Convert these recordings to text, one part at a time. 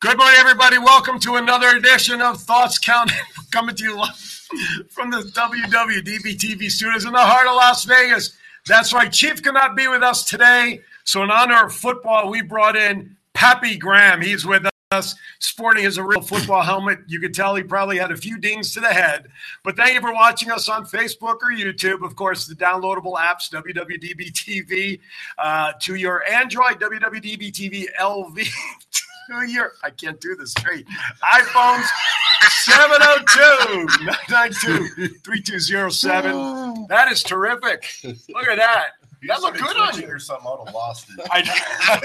Good morning, everybody. Welcome to another edition of Thoughts Count, coming to you live from the WWDB TV studios in the heart of Las Vegas. That's right, Chief cannot be with us today. So, in honor of football, we brought in Pappy Graham. He's with us, sporting his real football helmet. You could tell he probably had a few dings to the head. But thank you for watching us on Facebook or YouTube. Of course, the downloadable apps, WWDB TV, uh, to your Android, WWDB TV LV. to your I can't do this straight. iPhones 702-992-3207. That is terrific. Look at that. That looked good on you. or something. I'd have lost it. I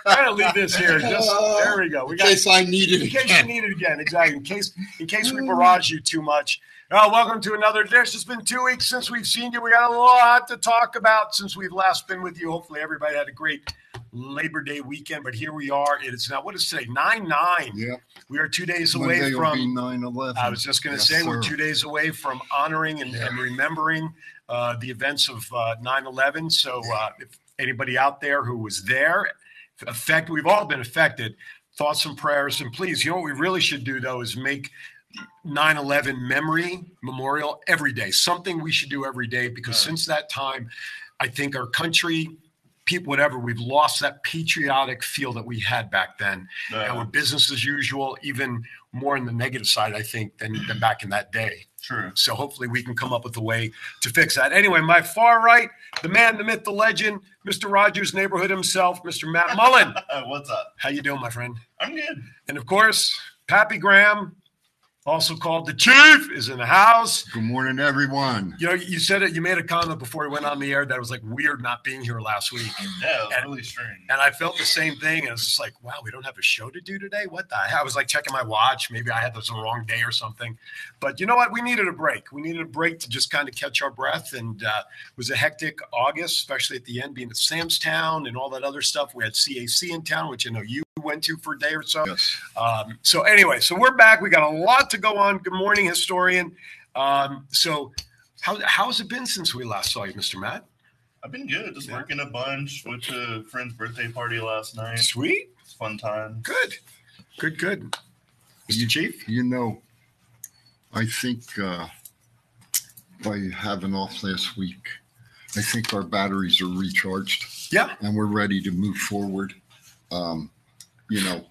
I'm gonna leave this here. Just there we go. We in got case I need it in case you again. need it again. Exactly. In case in case we barrage you too much. Uh, welcome to another dish. It's been two weeks since we've seen you. We got a lot to talk about since we've last been with you. Hopefully, everybody had a great Labor Day weekend. But here we are. It is now what is today? Nine nine. Yeah, We are two days away Monday will from. be nine eleven. I was just going to Yes, say we're sir. two days away from honoring and, and remembering uh, the events of uh, 9/11. So uh, if anybody out there who was there, affect we've all been affected. Thoughts and prayers, and please, you know what we really should do though is make 9/11 memory memorial every day. Something we should do every day because since that time, I think our country. People, whatever, we've lost that patriotic feel that we had back then and No, with business as usual, even more on the negative side, I think, than, than back in that day. true. So hopefully we can come up with a way to fix that. Anyway, my far right, the man, the myth, the legend, Mr. Rogers' neighborhood himself, Mr. Matt Mullen. Uh, what's up? How you doing, my friend? I'm good. And of course, Pappy Graham, also called the Chief, is in the house. Good morning, everyone. You know, you said it. You made a comment before we went on the air that it was like weird not being here last week. Yeah, it was And- really strange. And I felt the same thing. And I was just like, wow, we don't have a show to do today. What the hell? I was like checking my watch. Maybe I had this on the wrong day or something. But you know what? We needed a break. We needed a break to just kind of catch our breath. And uh, it was a hectic August, especially at the end, being at Sam's Town and all that other stuff. We had CAC in town, which I know you went to for a day or so. Yes, Um, so anyway, so we're back. We got a lot to go on. Good morning, historian. Um, so how, how's it been since we last saw you, Mr. Matt? I've been good. Just Yeah. working a bunch. Went to a friend's birthday party last night. It's Sweet. a fun time. Good, good, good. You- Mr. Chief? you know, I think uh, by having off last week, I think our batteries are recharged. Yeah. and we're ready to move forward. Um, you know,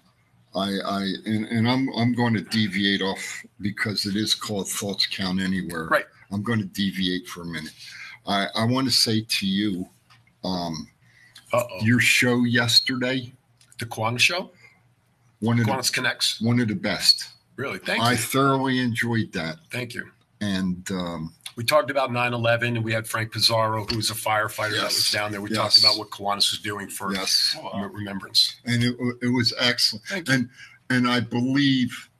I, I, and, and I'm, I'm going to deviate off because it is called thoughts count anywhere. Right. I'm going to deviate for a minute. I, I want to say to you, um, Uh-oh. your show yesterday, The Kiwanis Show? one of the, Kiwanis Connects. one of the best. Really? Thank Mm-hmm. I you. thoroughly enjoyed that. Thank you. And, um, We talked about 9-11 and we had Frank Pizarro, who was a firefighter that Yes. was down there. We Yes. talked about what Kiwanis was doing for yes. Oh, rem- wow. remembrance. and it, wa- it was excellent. Thank And and I believe,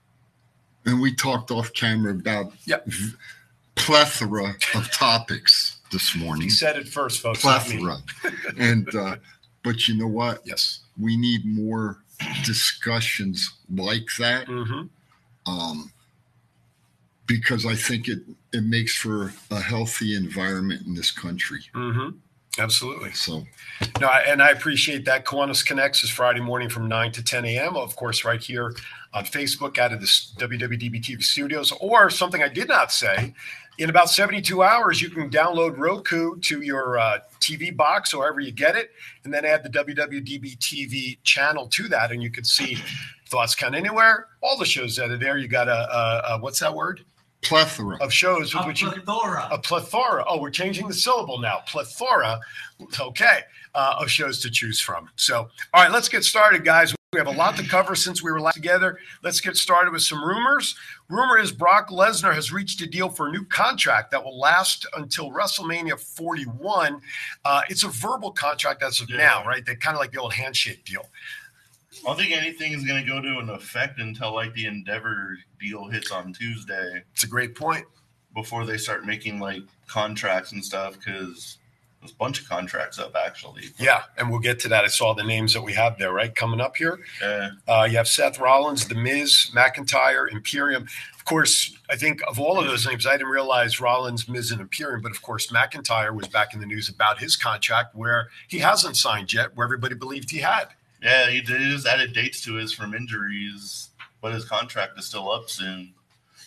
and we talked off camera about Yep. v- plethora of topics this morning, He said it first, folks. not me. plethora, and uh, but you know what? Yes. We need more discussions like that hmm um, because I think it it makes for a healthy environment in this country. hmm Absolutely. So No, I- and I appreciate that. Kiwanis Connects is Friday morning from 9 to 10 a.m. Of course, right here on Facebook out of the s- WWDB TV studios. Or something I did not say in about 72 hours, you can download Roku to your uh, TV box, however you get it, and then add the WWDB TV channel to that. And you can see Thoughts Count Anywhere, all the shows that are there. You got a, a, a what's that word? plethora. Of shows with A which you plethora. a plethora. Oh, we're changing the syllable now. Plethora. Okay. Uh, of shows to choose from. So, all right, let's get started, guys. We have a lot to cover since we were last together. Let's get started with some rumors. Rumor is Brock Lesnar has reached a deal for a new contract that will last until WrestleMania 41. Uh, it's a verbal contract as of Yeah. now, right? They kind of like the old handshake deal. I don't think anything is going to go to an effect until like the Endeavor deal hits on Tuesday It's a great point. before they start making like contracts and stuff because there's a bunch of contracts up actually. Yeah, and we'll get to that. I saw the names that we have there, right? Coming up here. Yeah. Uh, you have Seth Rollins, The Miz, McIntyre, Imperium. Of course, I think of all of those names, I didn't realize Rollins, Miz, and Imperium. But of course, McIntyre was back in the news about his contract where he hasn't signed yet, where everybody believed he had. Yeah, he, did, he just added dates to his from injuries, but his contract is still up soon.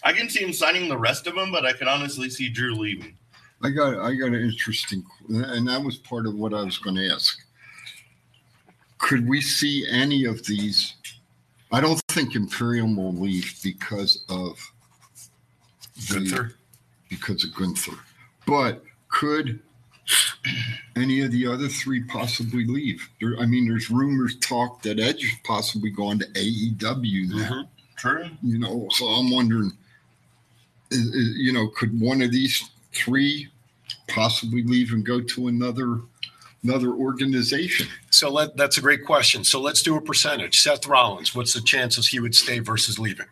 I can see him signing the rest of them, but I can honestly see Drew leaving. I got I got an interesting, and that was part of what I was going to ask. Could we see any of these? I don't think Imperium will leave because of the- Gunther? because of Gunther, but could any of the other three possibly leave? There, I mean, there's rumors talk that Edge is possibly going to AEW now True. you know so i'm wondering is, is, you know could one of these three possibly leave and go to another another organization So let, that's a great question. So let's do a percentage. Seth Rollins, what's the chances he would stay versus leaving?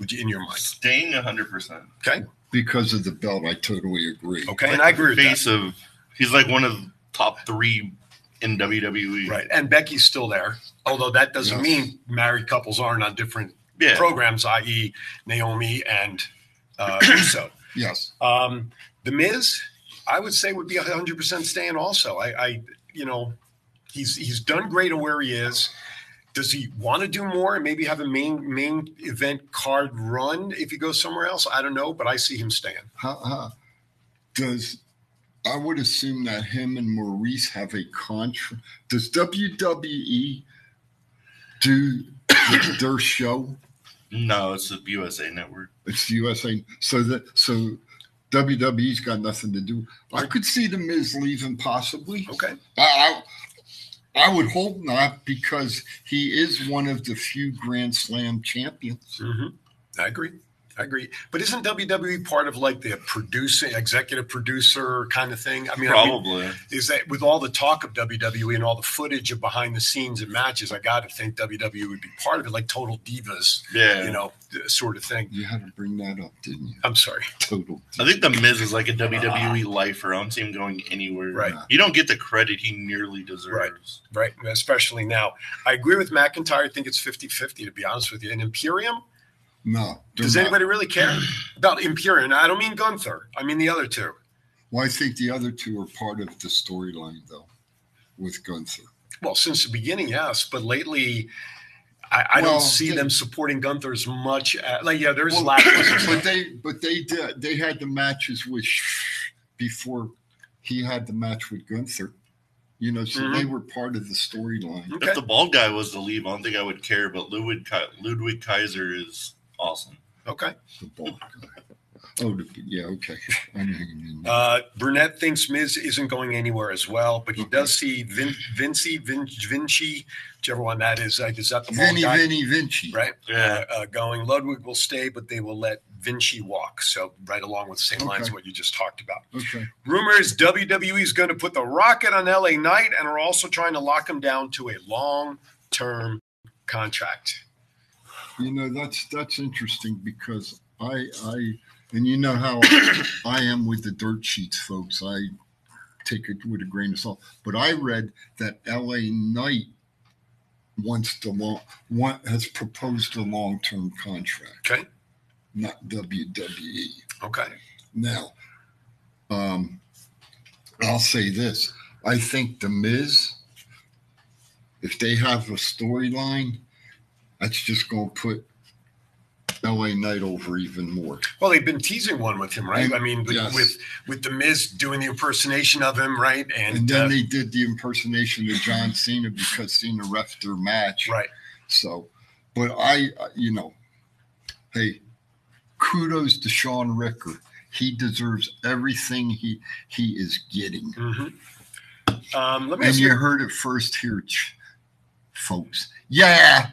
Would you, in your mind? Staying 100%. Okay. because of the belt i totally agree Okay. and I agree with that. Face of, he's like one of the top three in E. WWE. Right. And Becky's still there, although that doesn't Yes. mean married couples aren't on different Yeah. programs, i.e., Naomi and uh, Russo. yes Um, the Miz, I would say, would be 100% staying also. I, I, you know, he's he's done great at where he is. Does he want to do more and maybe have a main main event card run if he goes somewhere else? I don't know, but I see him staying. how, how- does i would assume that him and maurice have a contract does wwe do their show No, it's the USA Network. It's the USA. So that so WWE's got nothing to do. I could see the Miz leaving possibly. Okay. I, I I would hope not because he is one of the few Grand Slam champions. Mm-hmm. I agree. I agree. But isn't WWE part of like the producer, executive producer kind of thing? I mean, I mean, Probably. is that with all the talk of WWE and all the footage of behind the scenes and matches, I got to think WWE would be part of it, like Total Divas, Yeah. you know, th- sort of thing. You had to bring that up, didn't you? I'm sorry. Total. I think the Miz is like a WWE lifer. I don't see him going anywhere. Ah. Right. You don't get the credit he nearly deserves. Right. Especially now. I agree with McIntyre. I think it's 50 50, to be honest with you. And Imperium, No. they're does not. anybody really care about Imperium? I don't mean Gunther, I mean the other two. Well, I think the other two are part of the storyline though, with Gunther. Well, since the beginning, yes, but lately, I, I Well, don't see they- them supporting Gunther as much. As, like, yeah, there's Well, lackluster. but they but they did they had the matches with Sh- before he had the match with Gunther. You know, so Mhm. they were part of the storyline. Okay. If the bald guy was to leave, I don't think I would care. But Ludwig, Ki- Ludwig Kaiser is awesome. Okay. The bald guy. Oh, the, yeah, okay. I know who you mean. Uh, Burnett thinks Miz isn't going anywhere as well, but he does Mm-hmm. see Vin, Vinci, Vin, Vinci, whichever one that is. Like, is that the bald Vinny, guy? Vinny, Vinci. Right. Yeah. Uh, going Ludwig will stay, but they will let Vinci walk. So right along with the same lines Okay. of what you just talked about. Okay. Rumors WWE is going to put the rocket on LA Knight and are also trying to lock him down to a long term contract. You know, that's that's interesting because I I and you know how I am with the dirt sheets, folks. I take it with a grain of salt. But I read that LA Knight wants the long one has proposed a long term contract, Okay. not E. WWE. Okay. Now, um, I'll say this. I think The Miz, if they have a storyline, that's just going to put LA Knight over even more. Well, they've been teasing one with him, right? I mean, with Yes. with, with the Miz doing the impersonation of him, right? And, And then uh, they did the impersonation of John Cena because Cena ref their match. right. So, but I, I- you know, hey, kudos to Sean Ricker. He deserves everything he he is getting. Mm-hmm. Um, let me And ask you, you heard it first here, ch- folks. Yeah.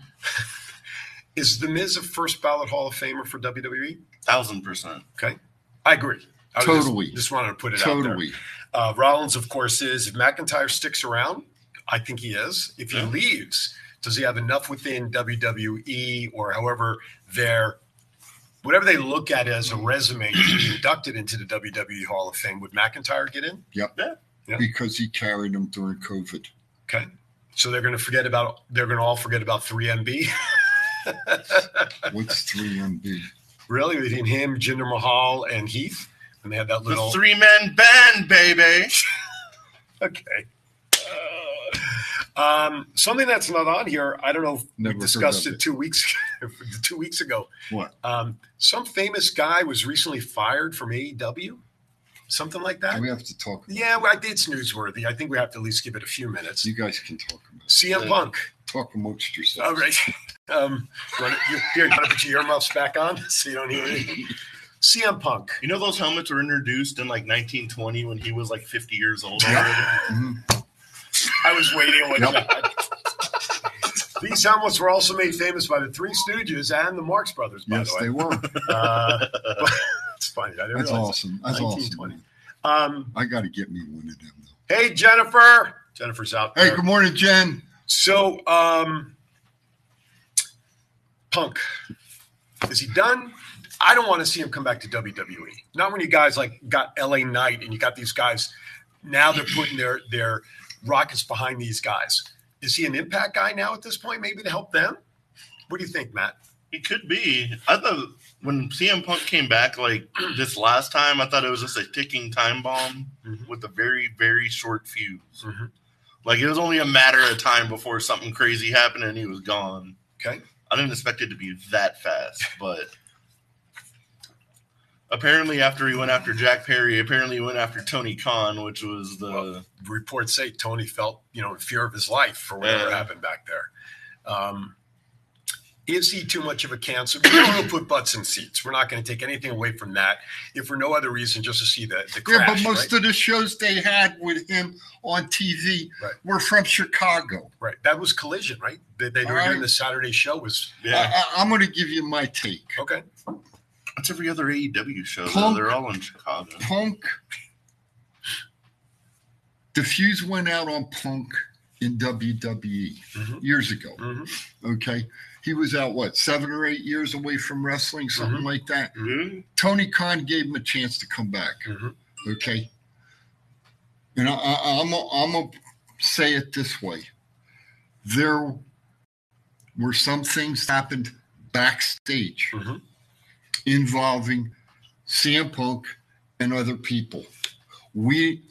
is the Miz a first ballot Hall of Famer for WWE? Thousand percent. I agree. I was just- Totally. Just, wanted to put it out there. Totally. Uh, Rollins, of course, is. If McIntyre sticks around, I think he is. If he Yeah. leaves, does he have enough within WWE or however their whatever they look at as a resume to be inducted into the WWE Hall of Fame? Would McIntyre get in? Yeah. Because he carried him during COVID. Okay. So they're going to forget about. They're going to all forget about 3MB. What's 3MB? really, between him, Jinder Mahal, and Heath, and they had that The little. three man band, baby. Okay. Um, something that's not on here. I don't know. If we Never heard discussed of it it. two weeks two weeks ago. What? Um, some famous guy was recently fired from AEW, something like that. We have to talk. About Yeah, well, I think it's newsworthy. I think we have to at least give it a few minutes. You guys can talk about. It. CM Yeah. Punk. Talk amongst All yourselves. right. Um, run it- you- here, you gotta put your earmuffs back on so you don't hear anything. CM Punk. You know those helmets were introduced in like 1920 when he was like 50 years old already. Mhm. I was waiting on Yep. that. These helmets were also made famous by the Three Stooges and the Marx Brothers, by Yes, the way. they were. Uh, it's funny. I didn't That's realize awesome. That's awesome. 1920. man. that. Um, I got to get me one of them though. hey, Jennifer. Jennifer's out there. Hey, good morning, Jen. So, um, Punk, is he done? I don't want to see him come back to WWE. Not when you guys like got LA Knight and you got these guys. Now they're putting their their rockets behind these guys. Is he an impact guy now at this point? Maybe to help them. What do you think, Matt? It could be. I thought when CM Punk came back like this last time, I thought it was just a ticking time bomb Mhm. with a very, very short fuse. Mhm. Like it was only a matter of time before something crazy happened and he was gone. Okay, I didn't expect it to be that fast, but apparently after he went after Jack Perry, apparently he went after Tony Khan, which was the Well, reports say Tony felt you know in fear of his life for whatever Yeah. happened back there. Um, is he too much of a cancer? We don't wanna put butts in seats. We're not going to take anything away from that, if for no other reason, just to see the, the Yeah, crash. but most right? of the shows they had with him on TV Right. were from Chicago. right. That was collision, right? They, they were All doing right. the Saturday show was yeah. I, I, I'm going to give you my take. okay. That's every other AEW show. Though. Punk. They're all in Chicago. Punk. The fuse went out on Punk in WWE Mhm. years ago. hmm Okay. He was out, what, seven or eight years away from wrestling, something Mhm. like that. Mhm. Tony Khan gave him a chance to come back. Mhm. Okay. And I, I, I'm going I'm to say it this way there were some things that happened backstage hmm involving CM Punk and other people. We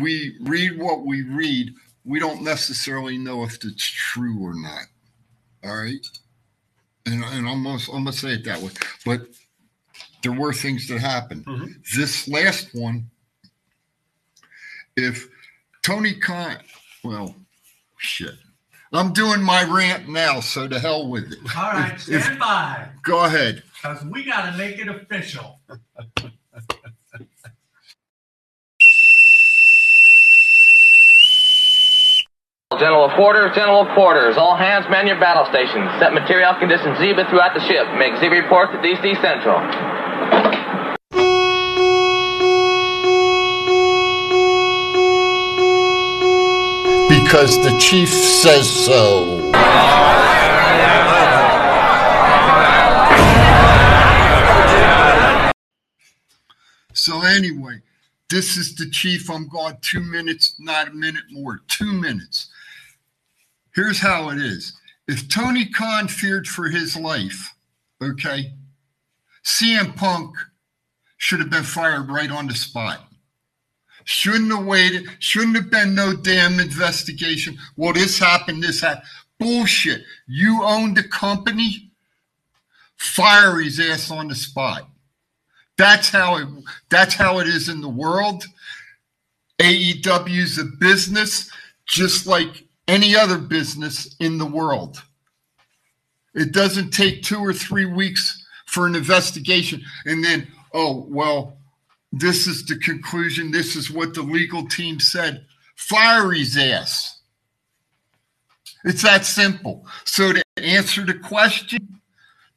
we read what we read. We don't necessarily know if it's true or not. All right, and and almost I'm gonna say it that way. But there were things that happened. Mm-hmm. Mhm. This last one, if Tony Khan, well, shit. I'm doing my rant now, so to hell with it. All right, If- stand by, Go ahead. because we got to make it official. General of quarters, general of quarters. All hands man your battle stations. Set material condition Zebra throughout the ship. Make Zebra reports to DC Central. because the chief says so. So anyway, this is the chief. I'm gone two minutes, not a minute more. Two minutes. Here's how it is. If Tony Khan feared for his life, okay, CM Punk should have been fired right on the spot. Shouldn't have waited. Shouldn't have been no damn investigation. Well, this happened, this happened. Bullshit. You own the company. Fire his ass on the spot. That's how it that's how it is in the world. AEW is a business just like any other business in the world. It doesn't take two or three weeks for an investigation and then, oh, well, this is the conclusion. This is what the legal team said. Fire his ass. It's that simple. So, to answer the question,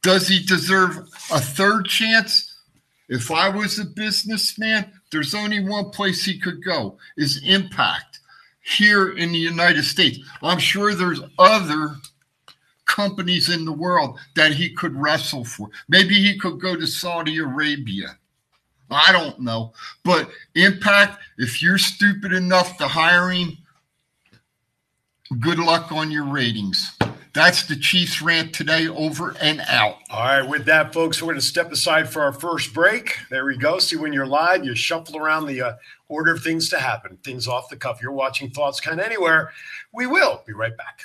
does he deserve a third chance? If I was a businessman, there's only one place he could go is impact here in the United States. I'm sure there's other companies in the world that he could wrestle for. Maybe he could go to Saudi Arabia. I don't know. But impact, if you're stupid enough to hire him, good luck on your ratings. That's the Chiefs rant today over and out. All right, with that, folks, we're going to step aside for our first break. There we go. See, when you're live, you shuffle around the uh, order of things to happen, things off the cuff. You're watching Thoughts Count Anywhere. We will be right back.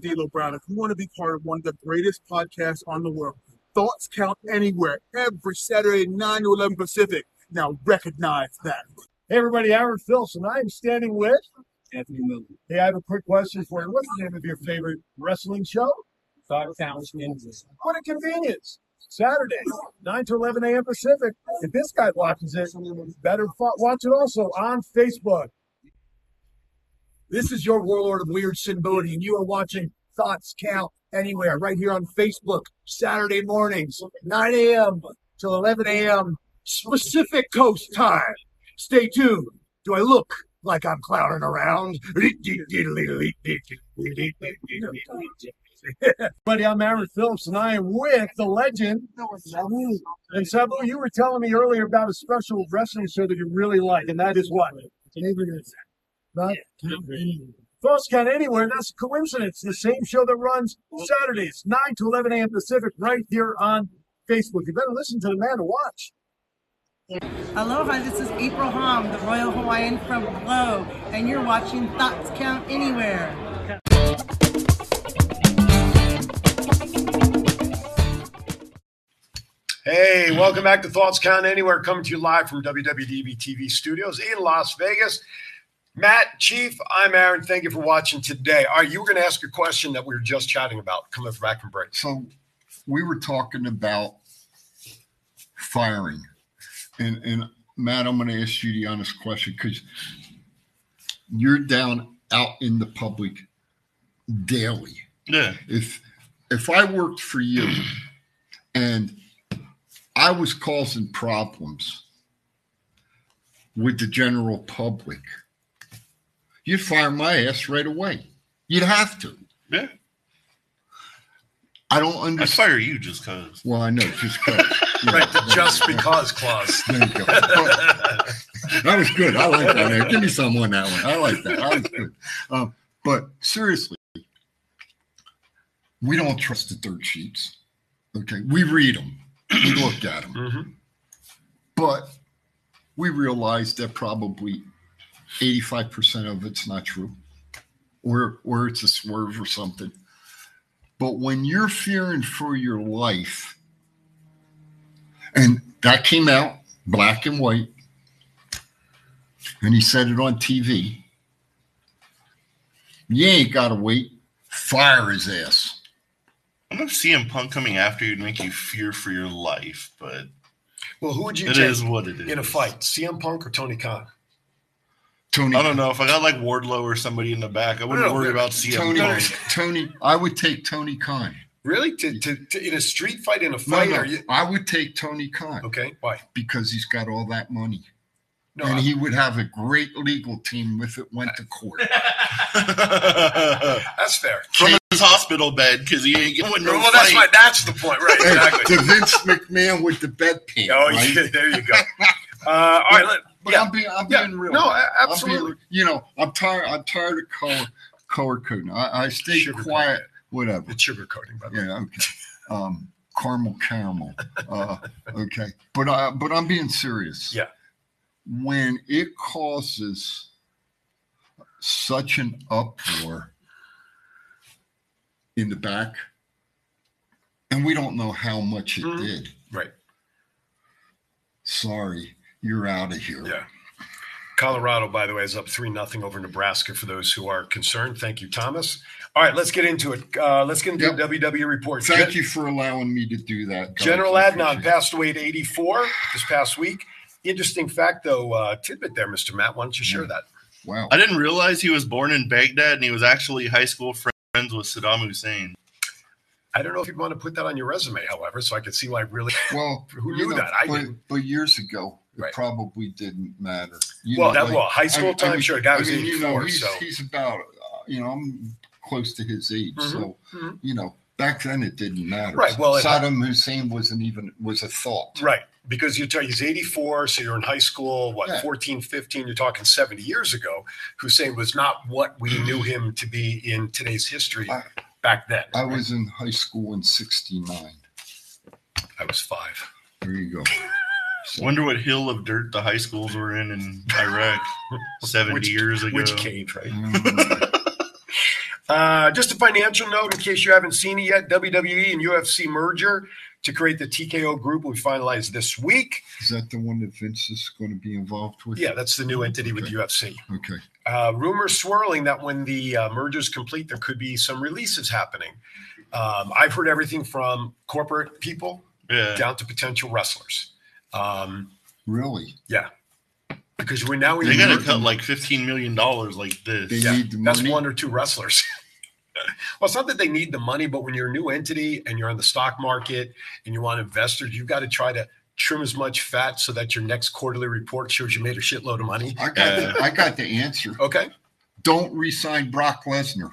D'Lo Brown. If you want to be part of one of the greatest podcasts on the world, thoughts count anywhere every Saturday, 9 to 11 Pacific. Now recognize that. Hey, everybody, Howard Philson. I am standing with Anthony Miller. Hey, I have a quick question for you. What's the name of your favorite wrestling show? Thought Counts What a convenience. Saturday, 9 to 11 a.m. Pacific. If this guy watches it, better fo- watch it also on Facebook. This is your Warlord of Weird Sin Bodhi, and you are watching Thoughts Count Anywhere right here on Facebook, Saturday mornings, 9 a.m. till 11 a.m. Pacific Coast time. Stay tuned. Do I look like I'm clowning around? Buddy, I'm Aaron Phillips, and I am with the legend. Sabu. And Sabu, you were telling me earlier about a special wrestling show that you really like, and that is what? Not First Count Anywhere, that's a coincidence. The same show that runs Saturdays, 9 to 11 a.m. Pacific, right here on Facebook. You better listen to the man to watch. Aloha, this is April Hom, the Royal Hawaiian from Globe, and you're watching Thoughts Count Anywhere. Hey, welcome back to Thoughts Count Anywhere, coming to you live from WWDB TV studios in Las Vegas. Matt, Chief, I'm Aaron. Thank you for watching today. All right, you were going to ask a question that we were just chatting about coming back from break. So we were talking about firing. And and Matt, I'm gonna ask you the honest question because you're down out in the public daily. Yeah. If if I worked for you and I was causing problems with the general public, you'd fire my ass right away. You'd have to. Yeah. I don't I understand. fire you just cause. Well, I know, just 'cause. Yeah, Right, the yeah, just yeah. because clause. There you go. that was good. I like that. Man. Give me some on that one. I like that. That was good. Um, but seriously, we don't trust the dirt sheets. Okay, we read them, we look at them, Mhm. but we realize that probably eighty-five percent of it's not true, or or it's a swerve or something. But when you're fearing for your life, and that came out black and white, and he said it on TV. You ain't gotta wait. Fire his ass. I don't know if CM Punk coming after you'd make you fear for your life, but Well, who would you it take is what it is. in a fight, CM Punk or Tony Khan? Tony. I don't know. If I got like Wardlow or somebody in the back, I wouldn't No, worry about CM Tony. Punk. Tony. I would take Tony Khan. Really? To, to, to in a street fight, in a No, fight? no, Are you, I would take Tony Khan okay, why? because he's got all that money, No, and I- he would have a great legal team if it went to court. that's fair. From his hospital bed because he ain't going no well, Oh, that's fight. my, that's the point, right? Hey, Exactly. to Vince McMahon with the bedpan. oh, right? yeah, there you go. Uh, all right, let, But yeah, I'm being, I'm yeah, being real. no, a- I'm being- absolutely. you know, I'm tired. I'm tired of color, color coding. I, I stay Sugarcoat quiet. Whatever. it's sugarcoating, by the way. Yeah. Okay. Um, caramel, caramel. Uh, okay. But I, but I'm being serious. Yeah. When it causes such an uproar in the back, and we don't know how much it Mhm. did. Right. Sorry, you're out of here. Yeah. Colorado, by the way, is up 3 nothing over Nebraska for those who are concerned. Thank you, Thomas. All right, let's get into it. Uh, let's get into Yep. the WW report. Thank Gen- you for allowing me to do that. Doug. General I Adnan appreciate it. passed away at 84 this past week. Interesting fact, though, uh, tidbit there, Mr. Matt. Why don't you share Yeah. that? Wow. I didn't realize he was born in Baghdad and he was actually high school friends with Saddam Hussein. I don't know if you want to put that on your resume, however, so I could see why really. Well, Who you knew know, that? I but, didn't. but years ago, it Right. probably didn't matter. You well, know, that like- well, high school mean- time, mean- sure. Guy was I mean, you 84, know, he's, so he's about, uh, you know, I'm close to his age. Mhm, So, mhm. you know, Back then, it didn't matter. Right, well, it- Saddam Hussein wasn't even was a thought. Right. Because you're talking, he's 84, so you're in high school, what, Yeah. 14, 15, you're talking 70 years ago. Hussein was not what we knew him to be in today's history back then. I was in high school in '69. I was five. There you go. Wonder what hill of dirt the high schools were in in Iraq 70 Which- years ago. which cave, right? Um, Uh, just a financial note in case you haven't seen it yet WWE and UFC merger to create the TKO group will be finalized this week. Is that the one that Vince is going to be involved with? Yeah, that's the new entity with UFC. Okay. Uh, rumors swirling that when the uh, merger's complete, there could be some releases happening. Um, I've heard everything from corporate people Yeah. down to potential wrestlers. Um, Really? yeah, because we're now They got to cut like $15 million like this. Yeah, that's one or two wrestlers. well, it's not that they need the money, but when you're a new entity and you're on the stock market and you want investors, you've got to try to trim as much fat so that your next quarterly report shows you made a shitload of money. I got the, I got the answer. Okay. Don't resign Brock Lesnar.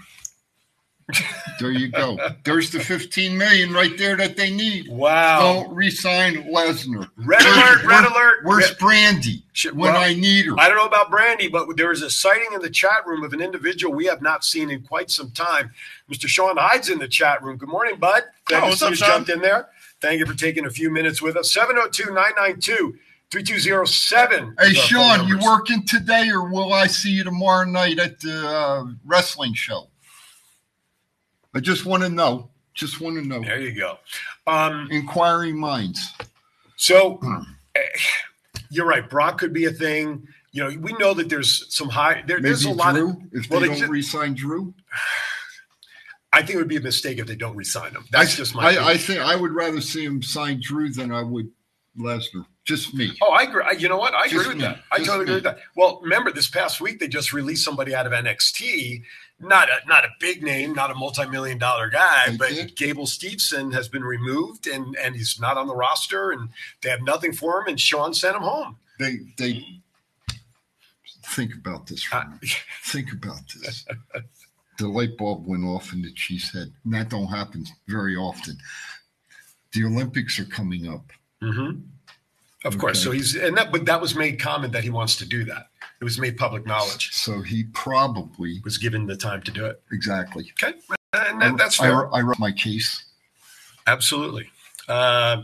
There you go. There's the 15 million right there that they need. Wow. Don't resign Lesnar. Red alert, red alert. Where's Red- Brandy? when well, I need her. I don't know about Brandy, but there is a sighting in the chat room of an individual we have not seen in quite some time. Mr. Sean Hyde's in the chat room. Good morning, bud. Thank Oh, you what's for up, you Sean? jumped in there. Thank you for taking a few minutes with us. 702 992 3207. Hey, Sean, you working today or will I see you tomorrow night at the uh, wrestling show? I just want to know. Just want to know. There you go. Um, Inquiring minds. So Hmm. eh, you're right. Brock could be a thing. You know, we know that there's some high. There, Maybe there's a lot Drew, of. if they well, don't ju- resign Drew. I think it would be a mistake if they don't resign him. That's just my. I, I opinion. think I would rather see him sign Drew than I would Lesnar. Just me. Oh, I agree. I- You know what? I agree Just with me. that. I Just totally agree me. with that. Well, remember this past week they just released somebody out of NXT, not a not a big name, not a multi-million dollar guy, They but did? Gable Steveson has been removed and and he's not on the roster and they have nothing for him and Sean sent him home. They they think about this. For a Uh, minute. think about this. The light bulb went off in the Chiefs' head, and that don't happen very often. The Olympics are coming up. mhm. Of course. Mm-hmm. Okay. So he's and that but that was made common that he wants to do that. It was made public knowledge. So he probably Was given the time to do it. exactly. Okay. And that- that's I, fair. I wrote my case Absolutely. Uh,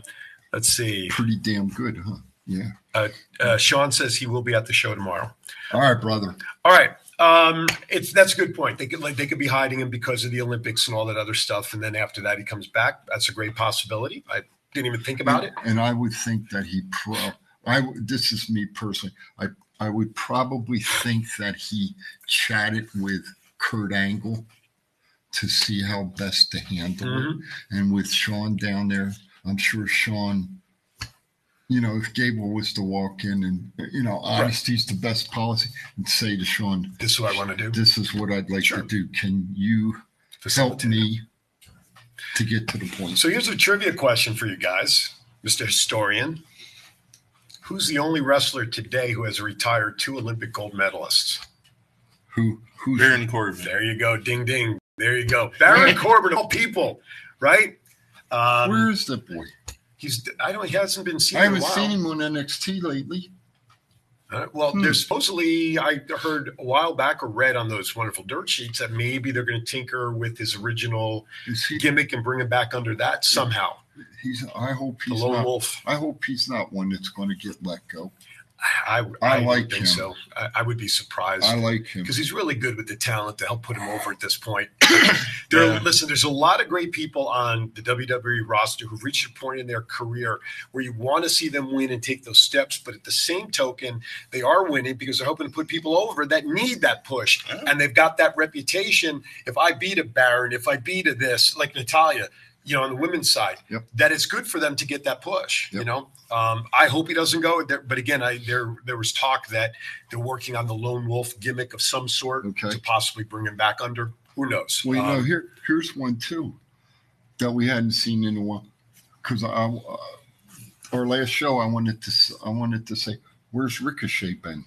let's see. pretty damn good, huh? Yeah. Uh, uh, Sean says he will be at the show tomorrow. All right, brother. All right. Um, it's that's a good point. They could like they could be hiding him because of the Olympics and all that other stuff, and then after that he comes back. That's a great possibility. I didn't even think about it. And I would think that he pro. I w- this is me personally. I I would probably think that he chatted with Kurt Angle to see how best to handle Mhm. it, and with Sean down there, I'm sure Sean. You know, if Gable was to walk in and you know honesty's the best policy, and say to Sean, This is what I want to do. "This is what I'd like Sure. to do. Can you help Facilitate. me to get to the point?" So here's a trivia question for you guys, Mr. Historian. Who's the only wrestler today who has retired two Olympic gold medalists? Who who's Baron Corbin. There you go, ding ding. There you go, Baron Corbin of all people, right? Um, where's the boy? he's I don't he hasn't been seen. I in a haven't while. seen him on NXT lately. Uh, well, Hmm. there's supposedly I heard a while back or read on those wonderful dirt sheets that maybe they're going to tinker with his original Is he? gimmick and bring him back under that somehow. He's. I hope The he's lone not. wolf. I hope he's not one that's going to get let go. I, I, I don't like think him. so. I, I would be surprised I like him. because he's really good with the talent to help put him over at this point. there, Yeah. listen, there's a lot of great people on the WWE roster who've reached a point in their career where you want to see them win and take those steps, but at the same token, they are winning because they're hoping to put people over that need that push, Yeah. and they've got that reputation. If I beat a Baron, if I beat a this, like Natalia. You know, on the women's side, Yep. that it's good for them to get that push. You Yep. know, um, I hope he doesn't go. There, but again, I, there there was talk that they're working on the lone wolf gimmick of some sort Okay. to possibly bring him back under. Who knows? Well, you know, Um, here here's one too that we hadn't seen in a while. Because I, uh, our last show, I wanted to s- I wanted to say, "Where's Ricochet been?"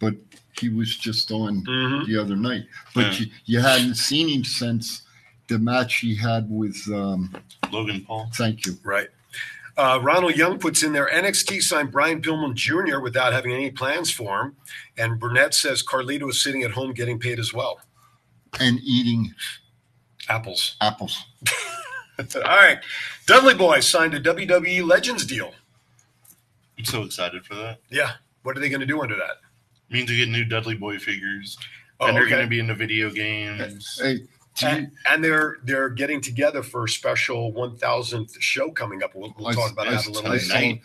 But he was just on Mhm. the other night. But Yeah. you, you hadn't seen him since the match he had with um, Logan Paul. Thank you. Right. Uh, Ronald Young puts in there NXT signed Brian Pillman Jr. without having any plans for him. And Burnett says Carlito is sitting at home getting paid as well. And eating apples. Apples. All right. Dudley Boy signed a WWE Legends deal. I'm so excited for that. Yeah. What are they going to do under that? means we get new Dudley Boy figures. Oh, and they're okay. going to be in the video games. Hey, do you- And, and they're they're getting together for a special 1000th show coming up. We'll, we'll I- talk about I- that a little I later. saw- I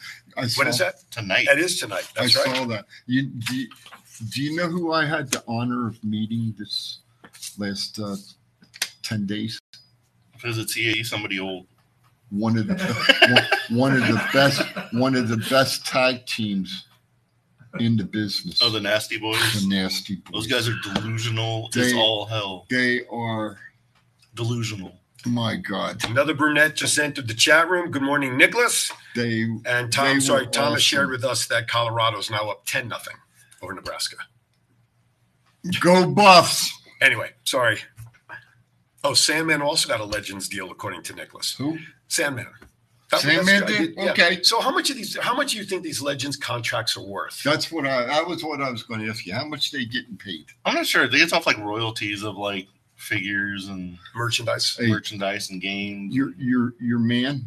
What is saw- that? Tonight. That is tonight. I That's right. saw that. You, do, you, do you know who I had the honor of meeting this last uh, 10 days? Because it's EA, somebody old. One of the one, one of the best one of the best tag teams in the business. Oh, the Nasty Boys. the nasty boys. Those guys are delusional. They- it's all hell. They are Delusional. my God. Another brunette just entered the chat room. Good morning, Nicholas. They And They Tom, were sorry, Thomas awesome. shared with us that Colorado's now up 10 nothing over Nebraska. go buffs. Anyway, sorry. Oh, Sandman also got a Legends deal, according to Nicholas. Who? Sandman. That- that's- Sandman I did? yeah. Okay. So how much of these? How much do you think these Legends contracts are worth? That's what I that was what I was going to ask you. How much they getting paid? I'm not sure. I think it's off like royalties of like figures and Merchandise. Hey. merchandise and games. Your your your man.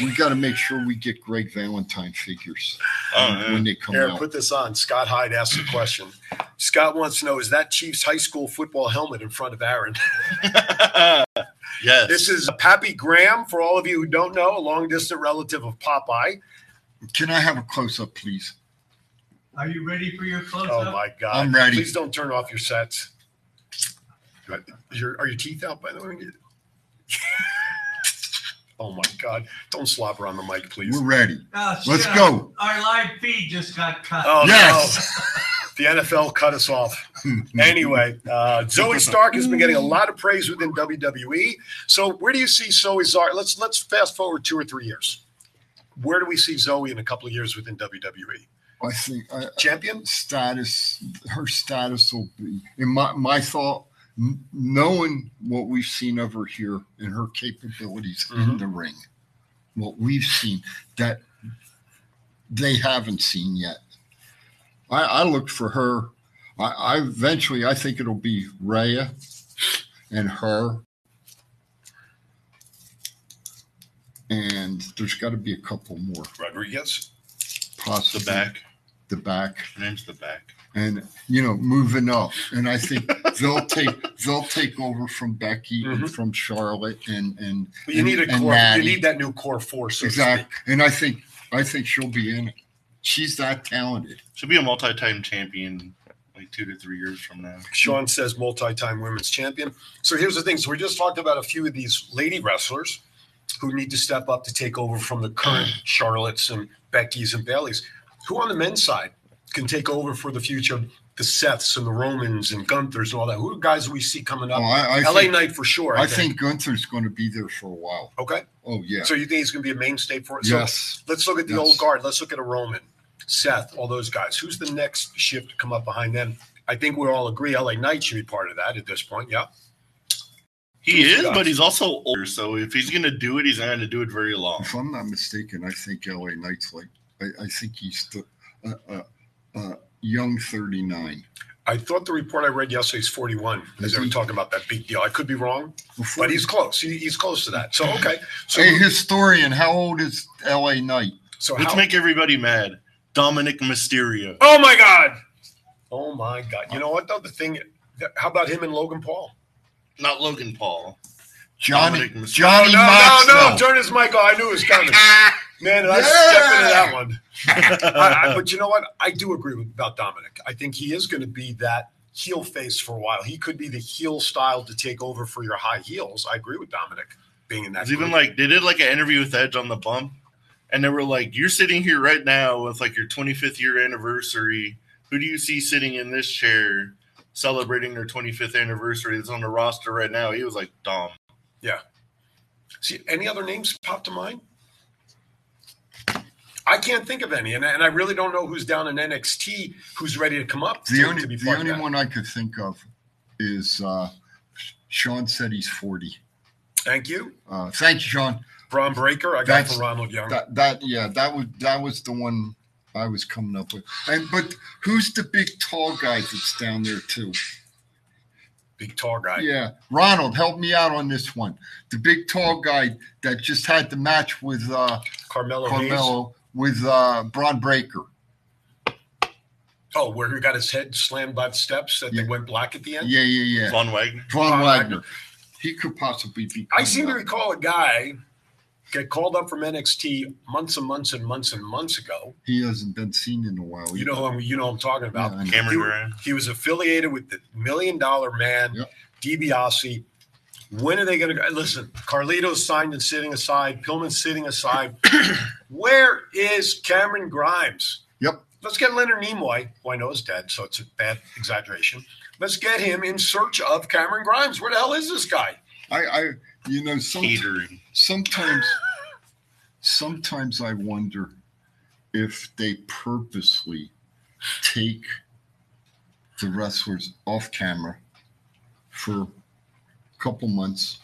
We got to make sure we get Greg Valentine figures Oh, yeah. when they come Here, out. put this on. Scott Hyde asked the question. Scott wants to know: Is that Chiefs high school football helmet in front of Aaron? yes. This is Pappy Graham. For all of you who don't know, a long distant relative of Popeye. Can I have a close up, please? Are you ready for your close Oh my God! I'm ready. Please don't turn off your sets. Is your, are your teeth out by the way? oh my God! Don't slobber on the mic, please. We're ready. Oh, shit. Let's go. Our live feed just got cut. Oh, Yes. no. The NFL cut us off. Anyway, uh, Zoe Stark has been getting a lot of praise within WWE. So, where do you see Zoe Stark? Let's let's fast forward two or three years. Where do we see Zoe in a couple of years within WWE? I think I, Champion? status her status will be in my my thought n- knowing what we've seen of her here and her capabilities in Mm-hmm. Mhm. the ring what we've seen that they haven't seen yet i i look for her i, I eventually i think it'll be raya and her and there's got to be a couple more Rodriguez? possibly the back. the back Her name's the back. and you know moving up and i think they'll take they'll take over from becky and Mhm. from charlotte and and But you need a and- and core. You Natty. need that new core force. so to exactly speak. and i think i think she'll be in it she's that talented Uh, She'll be a multi-time champion like two to three years from now. Sean says multi-time women's champion. So here's the thing. So we just talked about a few of these lady wrestlers who need to step up to take over from the current Charlottes and Becky's and Bailey's. Who on the men's side can take over for the future? The Seths and the Romans and Gunthers and all that. Who are guys we see coming up? Oh, I- I LA think- Knight for sure. i think gunther's going to be there for a while Okay. oh yeah So you think he's going to be a mainstay for it? Yes. So let's look at the Yes. old guard. Let's look at a Roman, Seth, all those guys. Who's the next shift to come up behind them? I think we all agree LA Knight should be part of that at this point. Yeah. He is, Yeah. but he's also older. So if he's gonna do it, he's not gonna do it very long. if i'm not mistaken i think la knight's like i, I think he's the uh, uh, uh, young 39 I thought the report I read yesterday is 41 as Is they Mm-hmm. were he- talking about that big deal. I could be wrong, Before- but he's close. He, he's close to that. So, Mm-hmm. okay. So, hey historian how old is la knight so Let's how, make everybody mad. Dominic Mysterio. oh my God. Oh my God. You know what, though? The thing, how about him and Logan Paul? Not Logan Paul. johnny Dominic Mysterio. No, johnny no, no, Moxwell. no. Turn his mic off. I knew it was coming. Man, and I stepped into that one. I- I- but you know what? I do agree with, about Dominic. I think he is going to be that heel face for a while. He could be the heel style to take over for your high heels. I agree with Dominic being in that. It's even group. like they did like an interview with Edge on the bump, and they were like, "You're sitting here right now with like your 25th year anniversary. Who do you see sitting in this chair celebrating their 25th anniversary that's on the roster right now?" He was like, "Dom." Yeah. See, any other names pop to mind? I can't think of any, and, and I really don't know who's down in NXT who's ready to come up The to, only, to be the part of only that. one I could think of is uh, Sean said he's 40. Thank you. Uh, thank you, Sean. Braun Breaker, I got That's- for Ronald Young. That, that yeah, that was that was the one I was coming up with. And but who's the big tall guy that's down there too? Big tall guy. Yeah, Ronald, help me out on this one. The big tall guy that just had the match with uh, Carmelo. Hayes. Carmelo with uh, Braun Breaker. Oh, where he got his head slammed by the steps that they went black at the end? Yeah, yeah, yeah. Von Wagner. Von Wagner. He could possibly be. I seem to recall a guy get called up from NXT months and months and months and months ago. He hasn't been seen in a while. You know who I'm, you know who I'm talking about. Yeah, I know. Cameron He- Duran. He was affiliated with the Million Dollar Man, Yep. DiBiase. When are they going to go? Listen, Carlito's signed and sitting aside. Pillman's sitting aside. Where is Cameron Grimes? Yep. Let's get Leonard Nimoy, who I know is dead, so it's a bad exaggeration. Let's get him in search of Cameron Grimes. Where the hell is this guy? I, I you know, some, Catering. sometimes, sometimes I wonder if they purposely take the wrestlers off camera for a couple months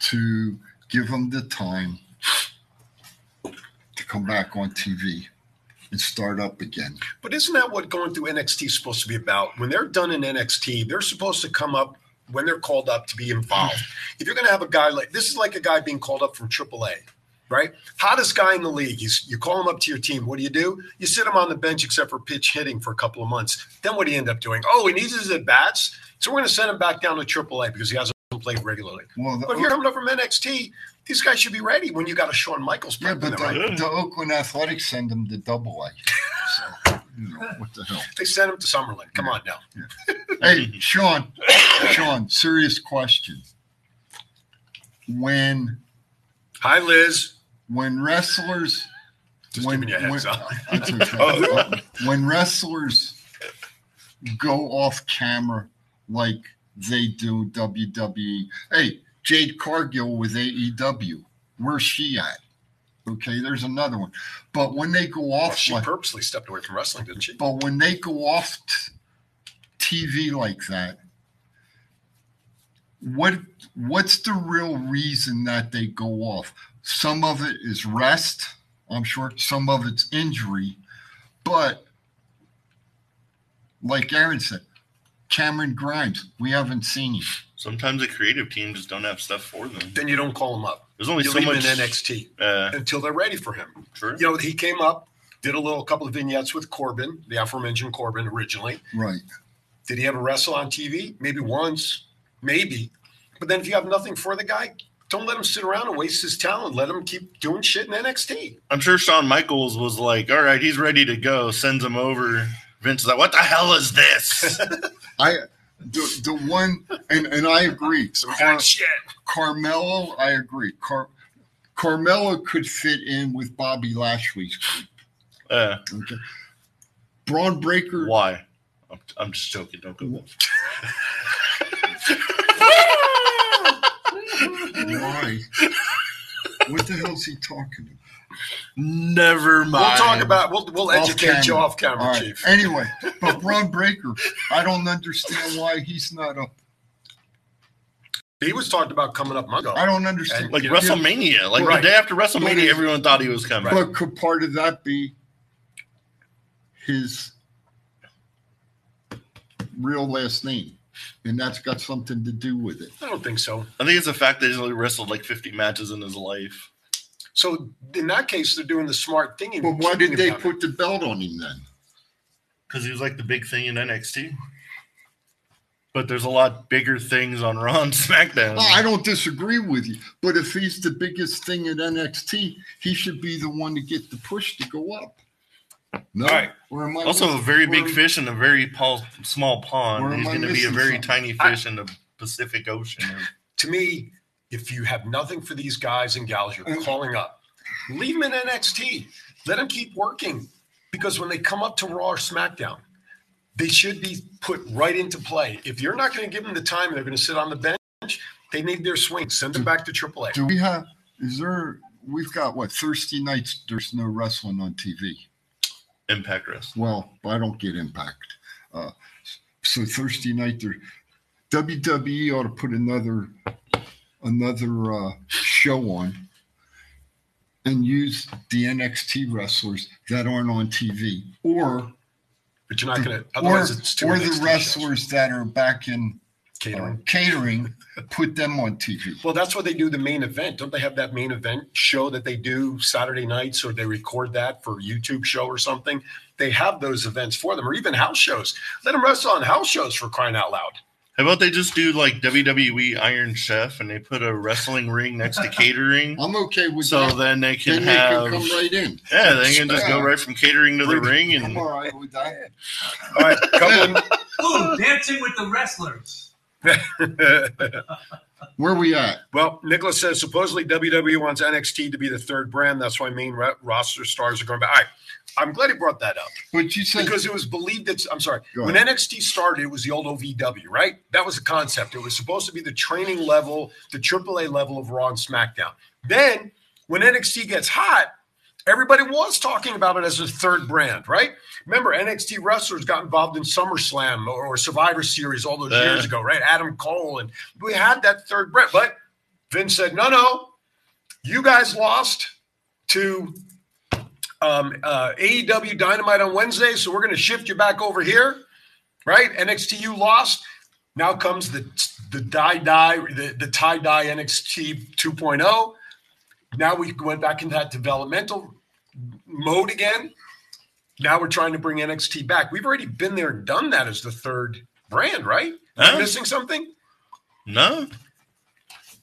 to give them the time to come back on TV and start up again. But isn't that what going through NXT is supposed to be about? When they're done in NXT, they're supposed to come up when they're called up to be involved. If you're going to have a guy like this is like a guy being called up from AAA, right? Hottest guy in the league. You, s- you call him up to your team. What do you do? You sit him on the bench except for pitch hitting for a couple of months. Then what do you end up doing? Oh, he needs his at bats, so we're going to send him back down to AAA because he hasn't played regularly. Well, the, But if you're coming up from NXT, these guys should be ready when you got a Shawn Michaels. yeah, prepping them, but right? the, the Oakland Athletics send them to Double A. So you know what the hell. they sent him to Summerlin. Come on now. Hey, Sean, Sean, serious question. When Hi, Liz. when wrestlers Just when giving you a heads when, up. Oh. That's okay. when wrestlers go off camera like they do WWE. Hey, Jade Cargill with AEW. Where's she at? Okay, there's another one. But when they go Well, off she like purposely stepped away from wrestling, didn't she? But when they go off t- TV like that, what what's the real reason that they go off? Some of it is rest, I'm sure. Some of it's injury, but like Aaron said, Cameron Grimes, we haven't seen him. Sometimes the creative team just don't have stuff for them. Then you don't call him up. There's only You so leave him in much. NXT Uh, until they're ready for him. true. You know, he came up, did a little couple of vignettes with Corbin, the aforementioned Corbin originally. Right. Did he ever wrestle on TV? Maybe once, maybe. But then if you have nothing for the guy, don't let him sit around and waste his talent. Let him keep doing shit in NXT. I'm sure Shawn Michaels was like, all right, he's ready to go. Sends him over. Vince is like, what the hell is this? I the, the one and, and I agree. Car- shit. Carmelo, I agree. Car- Carmelo could fit in with Bobby Lashley. uh, Okay. Braun Breaker. why? I'm, I'm just joking. Don't go there. Why? what the hell's he talking about? Never We'll mind. talk about we'll we'll Off educate you camera. off camera, All right. Chief. Anyway, but Braun Breaker, I don't understand why he's not up. He was talked about coming up months ago. I don't understand. like Yeah. WrestleMania. Like Right. the day after But WrestleMania, it- everyone thought he was coming. But could part of that be his real last name? And that's got something to do with it. I don't think so. I think it's the fact that he's only wrestled like 50 matches in his life. So in that case, they're doing the smart thing. and But why keeping did him they down. put the belt on him then? because he was like the big thing in NXT. But there's a lot bigger things on Raw and SmackDown. No, Oh, I don't disagree with you, but if he's the biggest thing at NXT, he should be the one to get the push to go up. No, All right. or am I also, a very big or- fish in a very pa- small pond. Where am He's I going to be a missing very something? tiny fish in the Pacific Ocean. to me, if you have nothing for these guys and gals Mm. you're calling up, leave them in NXT. Let them keep working because when they come up to Raw or SmackDown, they should be put right into play. If you're not going to give them the time and they're going to sit on the bench, they need their swing. Send them back to AAA. Do we have? Is there? We've got what Thursday nights? There's no wrestling on TV. Impact Wrestling. Well, I don't get Impact. Uh, so Thursday night there. WWE ought to put another another uh, show on and use the NXT wrestlers that aren't on TV, or but you're not the- going to. Otherwise, or, it's too. or the wrestlers that are back in Catering. uh, catering, put them on TV. Well, that's what they do the main event. Don't they have that main event show that they do Saturday nights or they record that for a YouTube show or something? They have those events for them or even house shows. Let them wrestle on house shows for crying out loud. How about they just do like WWE Iron Chef and they put a wrestling ring next to catering? I'm okay with so that. then they Then can they have can come right in. yeah, they can just go right from catering to the ring I'm and all right with that. All right, couple of- Ooh, dancing with the wrestlers. Where we at? well, Nicholas says supposedly WWE wants NXT to be the third brand. That's why main ro- roster stars are going back. All right. I'm glad he brought that up But you said because it was believed that I'm sorry. Go When ahead. NXT started, it was the old OVW, right? That was the concept. It was supposed to be the training level, the AAA level of Raw and SmackDown. Then when NXT gets hot, everybody was talking about it as a third brand, right? Remember, NXT wrestlers got involved in SummerSlam or, or Survivor Series all those Yeah. years ago, right? Adam Cole and we had that third brand, but Vince said, "No, no, you guys lost to um, uh, AEW Dynamite on Wednesday, so we're going to shift you back over here, right? NXT, you lost. Now comes the the dye dye the, the tie dye NXT 2.0. oh. Now we went back into that developmental mode again. Now we're trying to bring NXT back. We've already been there and done that as the third brand, right? Am I Huh? missing something? no.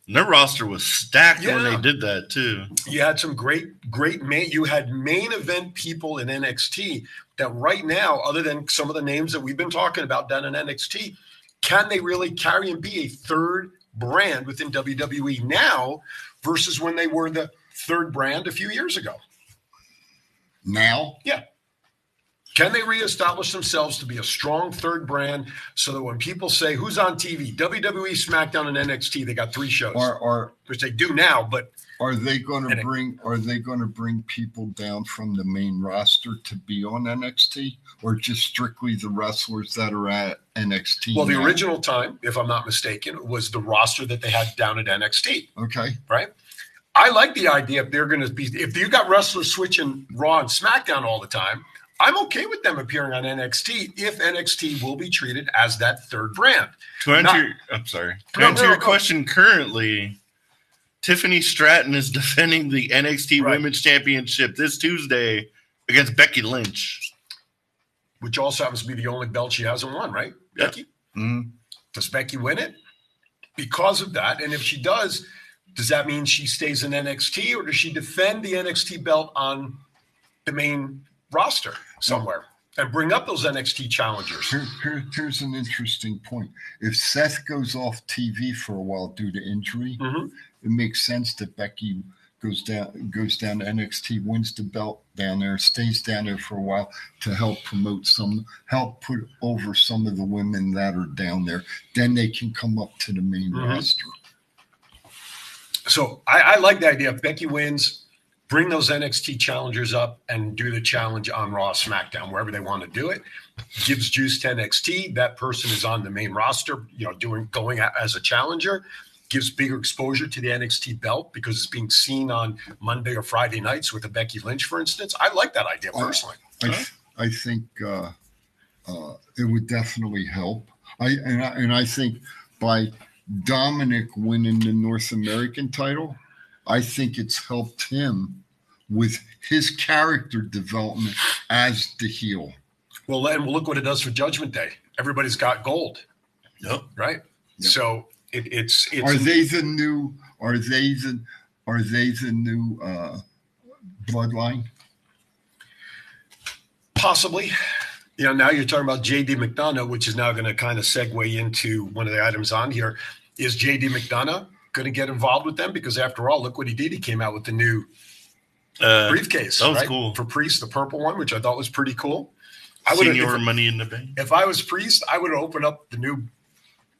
And Their roster was stacked when Yeah. they did that too. you had some great, great main. You had main event people in NXT that right now, other than some of the names that we've been talking about down in NXT, can they really carry and be a third brand within WWE now versus when they were the third brand a few years ago? now. Yeah. Can they reestablish themselves to be a strong third brand so that when people say who's on TV, WWE, E, SmackDown, and NXT, they got three shows, Are are which they do now, but are they going And to it- bring are they going to bring people down from the main roster to be on NXT or just strictly the wrestlers that are at NXT? Well, the now? original time, if I'm not mistaken, was the roster that they had down at NXT, Okay, right? I like the idea if they're going to be, if you got wrestlers switching Raw and SmackDown all the time, I'm okay with them appearing on NXT if NXT will be treated as that third brand. To answer, Not- your, I'm sorry. To No, answer no, your no. question, currently, Tiffany Stratton is defending the NXT Right. Women's Championship this Tuesday against Becky Lynch. Which also happens to be the only belt she hasn't won, right? Yeah. Becky? Mm. Does Becky win it? Because of that. And if she does, does that mean she stays in NXT or does she defend the NXT belt on the main roster somewhere and bring up those NXT challengers? Here, here, here's an interesting point. If Seth goes off TV for a while due to injury, Mhm. it makes sense that Becky goes down goes down to NXT, wins the belt down there, stays down there for a while to help promote some help put over some of the women that are down there. Then they can come up to the main Mhm. roster. So I, I like the idea. If Becky wins, bring those NXT challengers up and do the challenge on Raw, SmackDown, wherever they want to do it. Gives juice to NXT. That person is on the main roster, you know, doing going a- as a challenger. Gives bigger exposure to the NXT belt because it's being seen on Monday or Friday nights with a Becky Lynch, for instance. I like that idea personally. I, th- I think uh, uh, it would definitely help. I and, I and I think by Dominic winning the North American title, I think it's helped him with his character development as the heel. Well, and look what it does for Judgment Day. Everybody's got gold, Yep. right? Yeah. So it, it's it's Are they the new? Are they the? Are they the new uh, bloodline? Possibly. You know, now you're talking about JD McDonough, which is now going to kind of segue into one of the items on here. Is JD McDonough going to get involved with them? Because after all, look what he did. He came out with the new Uh, briefcase. that was right? cool. For Priest, the purple one, which I thought was pretty cool. I would senior if, money in the bank. if I was Priest, I would open up the new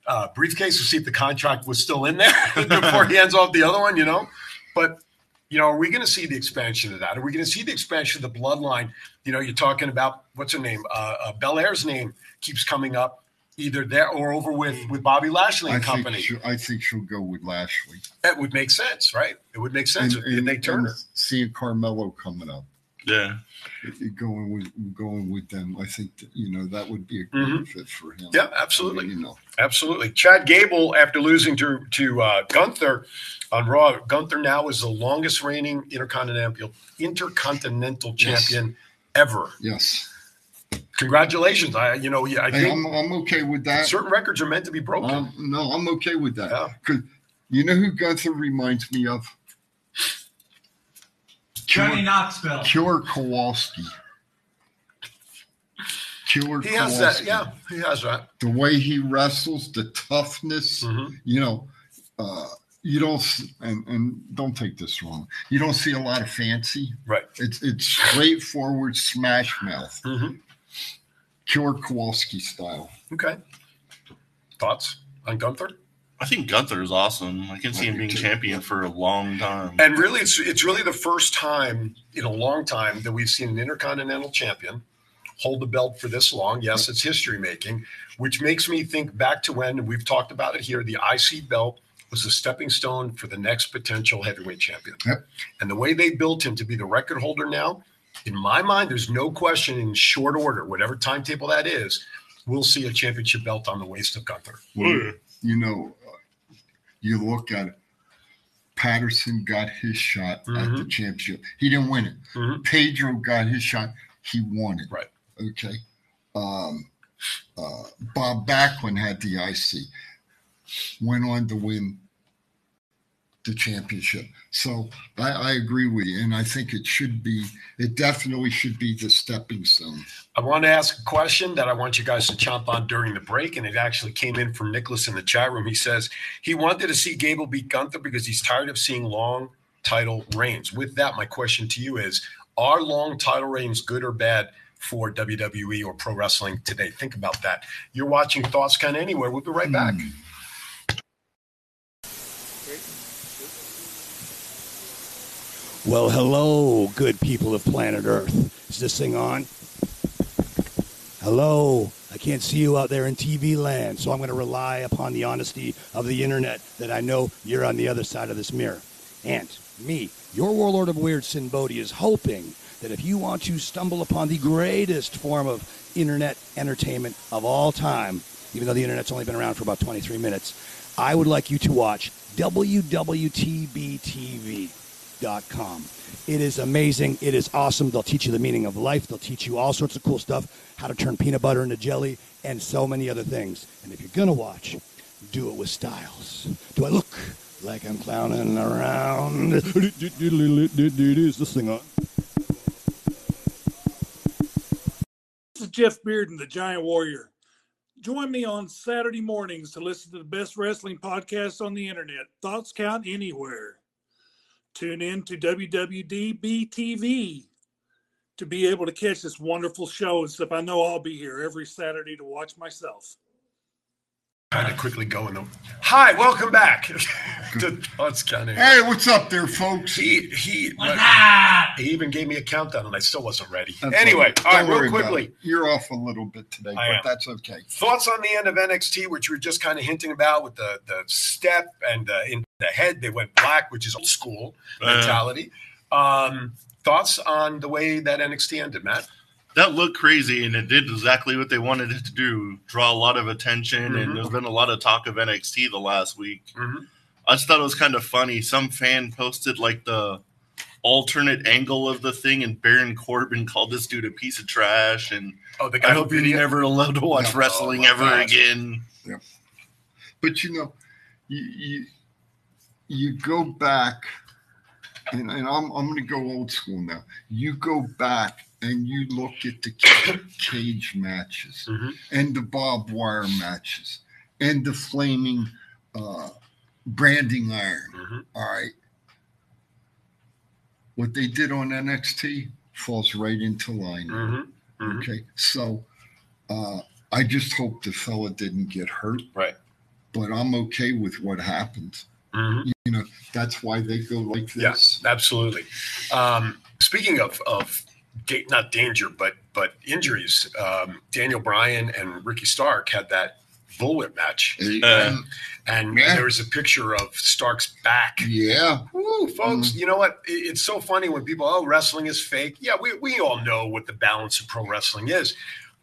uh, briefcase to see if the contract was still in there before he hands off the other one, you know? But you know, are we going to see the expansion of that? Are we going to see the expansion of the bloodline? You know, you're talking about what's her name? Uh, uh, Bel Air's name keeps coming up. either there or over with with Bobby Lashley I and think, company. she, I think she'll go with Lashley. That would make sense, right? It would make sense if they turn her. seeing Carmelo coming up, Yeah. going with going with them, I think that, you know that would be a good Mhm. fit for him. Yeah, absolutely. you know, Absolutely. Chad Gable, after losing to to uh, Gunther on Raw, Gunther now is the longest reigning intercontinental intercontinental Yes. champion ever. Yes. Congratulations. I you know yeah, I Hey, think I'm, I'm okay with that. certain records are meant to be broken. Um, no, I'm okay with that. Yeah. 'Cause you know who Gunther reminds me of? Johnny Knoxville. Cure Kowalski. Cure he Kowalski. has that. Yeah, he has that. The way he wrestles, the toughness. Mhm. You know, uh, you don't s- and, and don't take this wrong. You don't see a lot of fancy. Right. It's it's straightforward smash mouth. Mhm. Cure Kowalski style. Okay. Thoughts on Gunther? I think Gunther is awesome. I can see him being champion for a long time. And really, it's it's really the first time in a long time that we've seen an intercontinental champion hold the belt for this long. Yes, it's history making, which makes me think back to when and we've talked about it here. The IC belt was the stepping stone for the next potential heavyweight champion, Yep. and the way they built him to be the record holder now, in my mind, there's no question. In short order, whatever timetable that is, we'll see a championship belt on the waist of Gunther. Yeah. you know, uh, you look at it. Patterson got his shot at the Mhm. championship. He didn't win it. Mhm. Pedro got his shot. He won it. Right. Okay. Um, uh, Bob Backlund had the IC, went on to win the championship. So I, I agree with you. And I think it should be, it definitely should be the stepping stone. I want to ask a question that I want you guys to chomp on during the break, and it actually came in from Nicholas in the chat room. He says he wanted to see Gable beat Gunther because he's tired of seeing long title reigns. With that, my question to you is: Are long title reigns good or bad for WWE or pro wrestling today? Think about that. You're watching Thoughts Count Anywhere. We'll be right Hmm. back. Mm. Well, hello, good people of planet Earth. Is this thing on? Hello, I can't see you out there in TV land, so I'm going to rely upon the honesty of the internet that I know you're on the other side of this mirror. And me, your warlord of weird Sinbodi, is hoping that if you want to stumble upon the greatest form of internet entertainment of all time, even though the internet's only been around for about 23 minutes, I would like you to watch WWTBTV com. It is amazing. It is awesome. They'll teach you the meaning of life. They'll teach you all sorts of cool stuff, how to turn peanut butter into jelly, and so many other things. And if you're going to watch, do it with styles. Do I look like I'm clowning around? Is this thing on? This is Jeff Bearden, the Giant Warrior. Join me on Saturday mornings to listen to the best wrestling podcast on the internet. Thoughts count anywhere. Tune in to WWDB TV to be able to catch this wonderful show and stuff. I know I'll be here every Saturday to watch myself. Trying to quickly go in the. Hi, welcome back to Thoughts Count Anywhere. Hey, what's up there, folks? He he he even gave me a countdown, and I still wasn't ready. That's anyway, right. all right, Don't worry real about quickly. it. You're off a little bit today, I but am. that's okay. Thoughts on the end of NXT, which you were just kind of hinting about with the the step and the, in the head, they went black, which is old school Yeah. mentality. Um, thoughts on the way that NXT ended, Matt? That looked crazy, and it did exactly what they wanted it to do draw a lot of attention. Mhm. And there's been a lot of talk of NXT the last week. Mhm. I just thought it was kind of funny. Some fan posted like the alternate angle of the thing, and Baron Corbin called this dude a piece of trash. And Oh, the I who hope you're did it? never allowed to watch No. wrestling Oh, my ever gosh. again. But you know, you you, you go back, and, and I'm I'm going to go old school now. You go back and you look at the ca- cage matches Mhm. and the barbed wire matches and the flaming uh, branding iron. Mhm. All right, what they did on NXT falls right into line. Mhm. Mhm. Okay, so uh, I just hope the fella didn't get hurt. Right. But I'm okay with what happened. Mhm. You know, that's why they go like Yes, this. absolutely. Um, speaking of of da- not danger, but but injuries, um, Daniel Bryan and Ricky Stark had that bullet match. Uh, and there was a picture of Stark's back. Yeah. Woo, folks, you know what? It- It's so funny when people, oh, wrestling is fake. Yeah, we, we all know what the balance of pro wrestling is.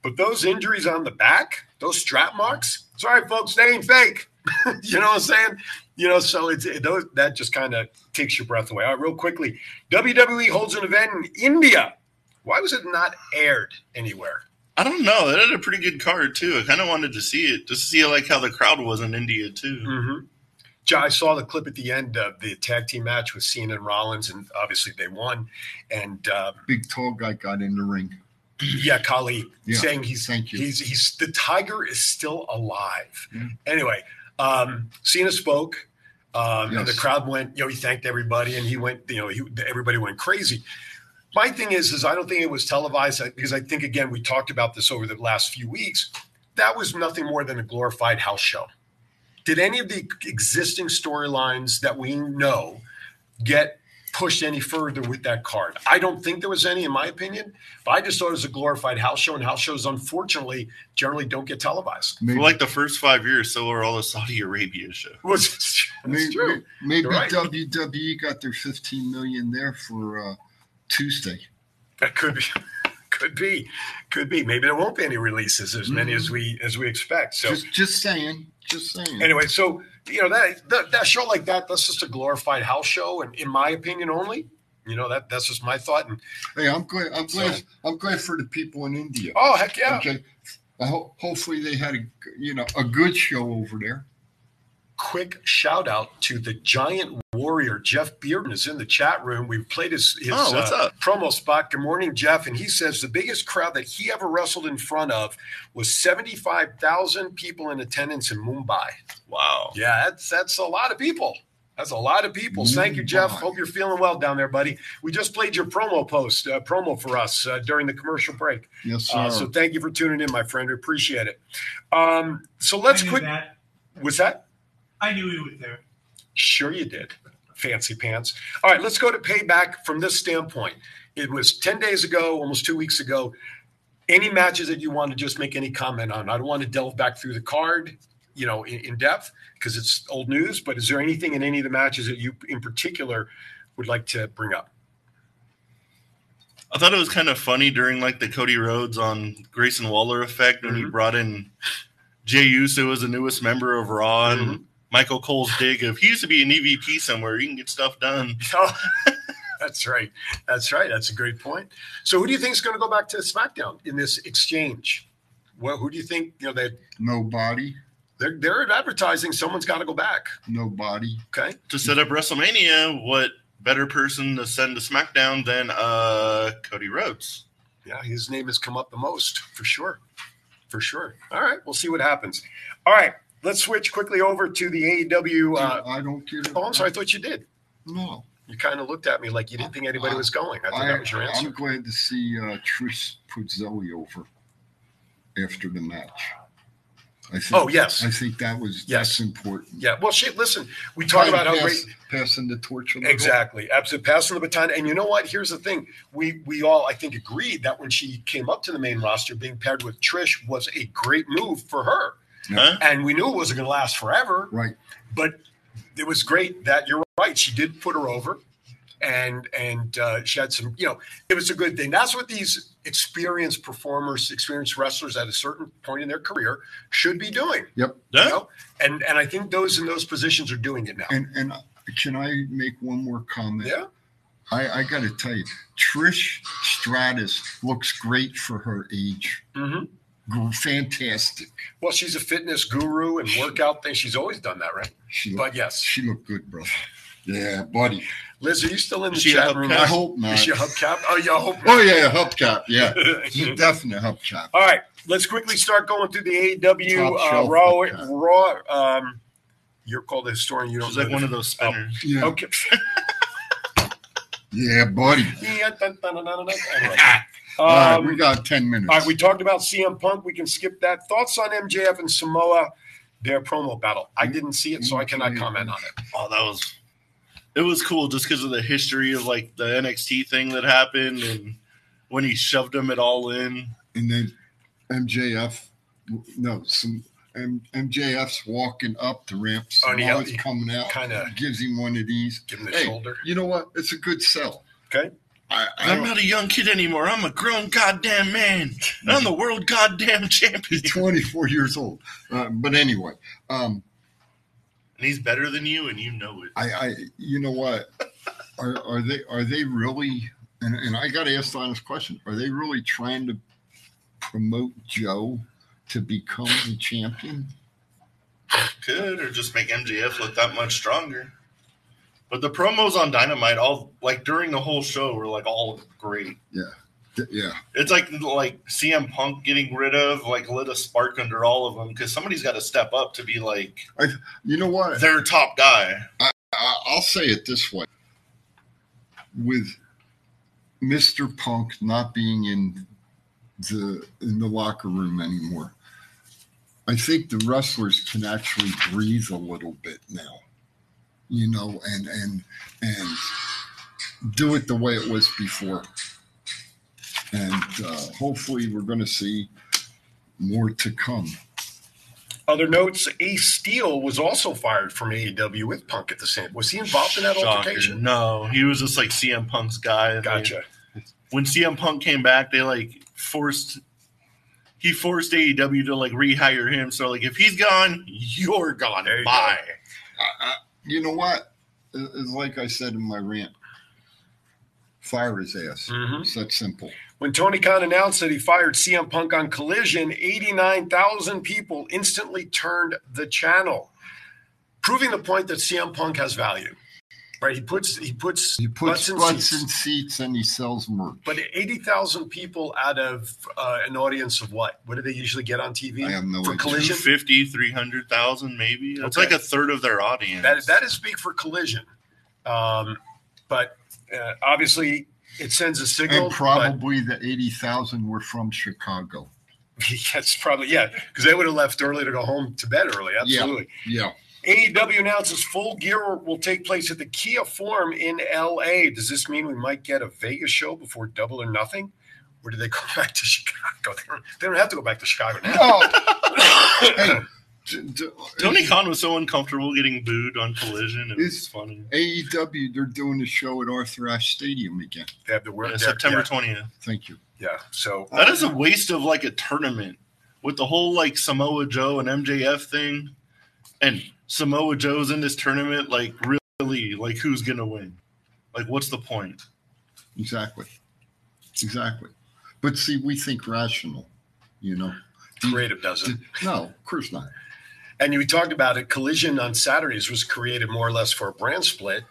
But those injuries on the back, those strap marks, sorry, folks, they ain't fake. you know what I'm saying? You know, so it's it, those, that just kind of takes your breath away. All right, real quickly WWE holds an event in India. Why was it not aired anywhere? I don't know. That had a pretty good card too. I kind of wanted to see it, just to see like how the crowd was in India too. Mm-hmm. Yeah, I saw the clip at the end of the tag team match with Cena and Rollins, and obviously they won. And um, Big tall guy got in the ring. yeah, Kali Yeah, saying he's thank you. Mm. he's he's the tiger is still alive. Yeah. Anyway, um, Cena spoke, um, and the Yes. crowd went. You know, he thanked everybody, and he went. You know, he, everybody went crazy. My thing is, is I don't think it was televised I- because I think again we talked about this over the last few weeks. That was nothing more than a glorified house show. Did any of the existing storylines that we know get pushed any further with that card. I don't think there was any, in my opinion, but I just thought it was a glorified house show, and house shows, unfortunately, generally don't get televised. For like the first five years, so were all the Saudi Arabia shows. Was Maybe, true. maybe You're right. WWE got their 15 million there for uh, Tuesday. That could be, could be, could be. Maybe there won't be any releases as many Mm. as we as we expect. So Just, just saying. Just saying. anyway, so you know that, that that show like that, that's just a glorified house show, and in my opinion, only. You know that that's just my thought. And Hey, I'm glad. I'm glad. So- I'm glad for the people in India. Oh, heck yeah. Okay. I ho- hopefully they had a g- you know a good show over there. quick shout out to the giant warrior Jeff Bearden is in the chat room. We played his, his Oh, what's uh, up? promo spot. Good morning, Jeff. And he says the biggest crowd that he ever wrestled in front of was seventy five thousand people in attendance in Mumbai. Wow. Yeah, that's that's a lot of people. That's a lot of people. Thank you, Jeff. Hope you're feeling well down there, buddy. We just played your promo post uh, promo for us uh, during the commercial break. Yes, sir. Uh, so thank you for tuning in, my friend. We appreciate it. Um, so let's quick. Was that? I knew he was there. Sure, you did. Fancy pants. All right, let's go to payback from this standpoint. It was 10 days ago, almost two weeks ago. Any matches that you want to just make any comment on? I don't want to delve back through the card, you know, in, in depth because it's old news, but is there anything in any of the matches that you in particular would like to bring up? I thought it was kind of funny during like the Cody Rhodes on Grayson Waller effect when he brought in Jey Uso as the newest member of Raw and Michael Cole's dig of he used to be an EVP somewhere. You can get stuff done. That's right. That's right. That's a great point. So, who do you think is going to go back to SmackDown in this exchange? Well, who do you think, you know, they, Nobody. they're, they're advertising someone's got to go back. Nobody. Okay. To set up WrestleMania, what better person to send to SmackDown than uh, Cody Rhodes? Yeah, his name has come up the most for sure. For sure. All right, we'll see what happens. All right, let's switch quickly over to the AEW. Uh, I don't get it. Oh, I'm sorry. I thought you did. No. You kind of looked at me like you didn't think anybody was going. I thought that was your I'm answer. glad to see uh, Trish put Zoe over after the match. I think, Oh, yes. I think that was that's important. Yeah. Well, shit. Listen, we talk about how great. passing the torch a little. Exactly. Absolutely. Passing the baton. And you know what? Here's the thing. We we all I think agreed that when she came up to the main roster, being paired with Trish was a great move for her. Huh? And we knew it wasn't gonna last forever. Right. But it was great that you're right. She did put her over and and uh, she had some, you know, it was a good thing. That's what these experienced performers, experienced wrestlers at a certain point in their career should be doing. Yep. You know? And and I think those in those positions are doing it now. And and uh, can I make one more comment? Yeah. I, I got to tell you, Trish Stratus looks great for her age. Mm-hmm. Gr- Fantastic. Well, she's a fitness guru and workout thing. She's always done that, right? She but yes, she looked good, brother. Yeah, buddy. Liz, are you still in the Is she a chat room? hubcap? I hope not. Is she a hubcap? Oh, yeah, I hope not. Oh yeah, hubcap. Yeah, She's definite hubcap. All right, let's quickly start going through the AEW Top shelf uh, Raw. hubcap. Raw. Um, you're called a historian. You don't. She's like know one the- of those spinners. Yeah. Okay. Yeah, buddy. Yeah, dun, dun, dun, dun, dun. Anyway. All right, Um, we got ten minutes. All right, we talked about CM Punk. We can skip that. Thoughts on MJF and Samoa, their promo battle. I didn't see it, so I cannot Mm-hmm. comment on it. Oh, that was it was cool just because of the history of like the NXT thing that happened and when he shoved them it all in. and then MJF, no, some M- MJF's walking up the ramps. Oh, Oh, and he- Samoa's he coming out. kinda gives him one of these. Give him the shoulder. You know what? It's a good sell. Okay. I, I I'm not a young kid anymore. I'm a grown goddamn man. And I'm the world goddamn champion. He's 24 years old. Uh, but anyway, um, And he's better than you, and you know it. I, I you know what? Are are they are they really? And, and I got to ask the honest question: Are they really trying to promote Joe to become the champion? Could or just make MJF look that much stronger. But the promos on Dynamite, all like during the whole show, were like all great. Yeah, Th- yeah. It's like like CM Punk getting rid of like lit a spark under all of them because somebody's got to step up to be like I, you know what? their top guy. I, I, I'll say it this way: with Mr. Punk not being in the in the locker room anymore, I think the wrestlers can actually breathe a little bit now, you know, and and and do it the way it was before. And uh, hopefully, we're going to see more to come. Other notes: Ace Steele was also fired from AEW with Punk at the same. Was he involved in that Shocker. altercation? No, he was just like CM Punk's guy. They- Gotcha. when CM Punk came back, they like forced he forced AEW to like rehire him. So like if he's gone, you're gone. Bye. you know what? It- It's like I said in my rant. Fire his ass. It's that simple. When Tony Khan announced that he fired CM Punk on Collision, 89,000 people instantly turned the channel, proving the point that CM Punk has value. Right? He puts he puts he Puts butts in seats and he sells merch. But 80,000 people out of uh, an audience of what? What do they usually get on TV? I have no for Collision? 250, 300,000 maybe. That's Okay. like a third of their audience. That, that is big for Collision. Um, but uh, obviously, it sends a signal. And probably the 80,000 were from Chicago. Yes, probably. Yeah, because they would have left early to go home to bed early. Absolutely. Yeah. AEW E announces full gear will take place at the Kia Forum in LA. Does this mean we might get a Vegas show before Double or Nothing? Or do they go back to Chicago? They don't, they don't have to go back to Chicago now. hey, Tony Khan was so uncomfortable getting booed on Collision. It was It's- funny. AEW, E they're doing a show at Arthur Ashe Stadium again. They have the word Yeah, September 20th. Thank you. Yeah. So That is a waste of like a tournament with the whole like Samoa Joe and MJF thing, and Samoa Joe's in this tournament. Like really, like who's gonna win? Like what's the point? Exactly. Exactly. But see, we think rational, you know. creative doesn't. No, of course not. And we talked about it. Collision on Saturdays was created more or less for a brand split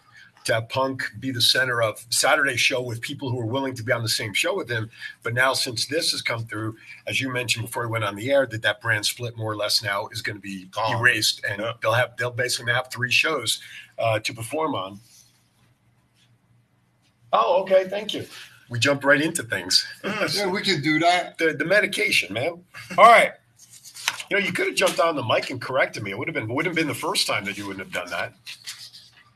to have Punk be the center of Saturday's show with people who are willing to be on the same show with him. But now, since this has come through, as you mentioned before we went on the air, that that brand split more or less now is going to be erased, and they'll have they'll basically have three shows uh, to perform on. Oh, okay, thank you. Mm, We jumped right into things. yeah, we can do that. The, the medication, man. All right. You know, you could have jumped on the mic and corrected me. It would have been wouldn't have been the first time that you wouldn't have done that.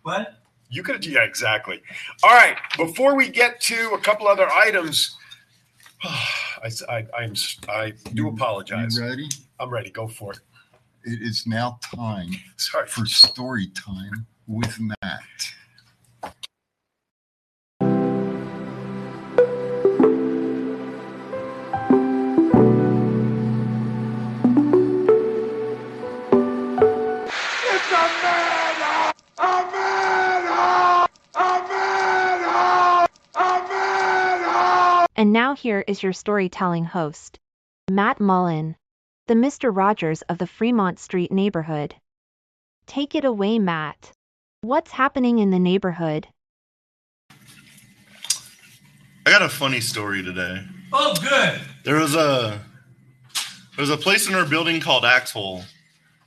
What? You could have yeah, exactly. All right. Before we get to a couple other items, I s- I I'm, s- I do apologize. You ready? I'm ready. Go for it. It is now time Sorry. for story time with Matt. It's a man up! A man up! A man up! A man up! And now here is your storytelling host, Matt Mullen, the Mr. Rogers of the Fremont Street neighborhood. Take it away, Matt. What's happening in the neighborhood? I got a funny story today. Oh, good. There was a there was a place in our building called Axhole,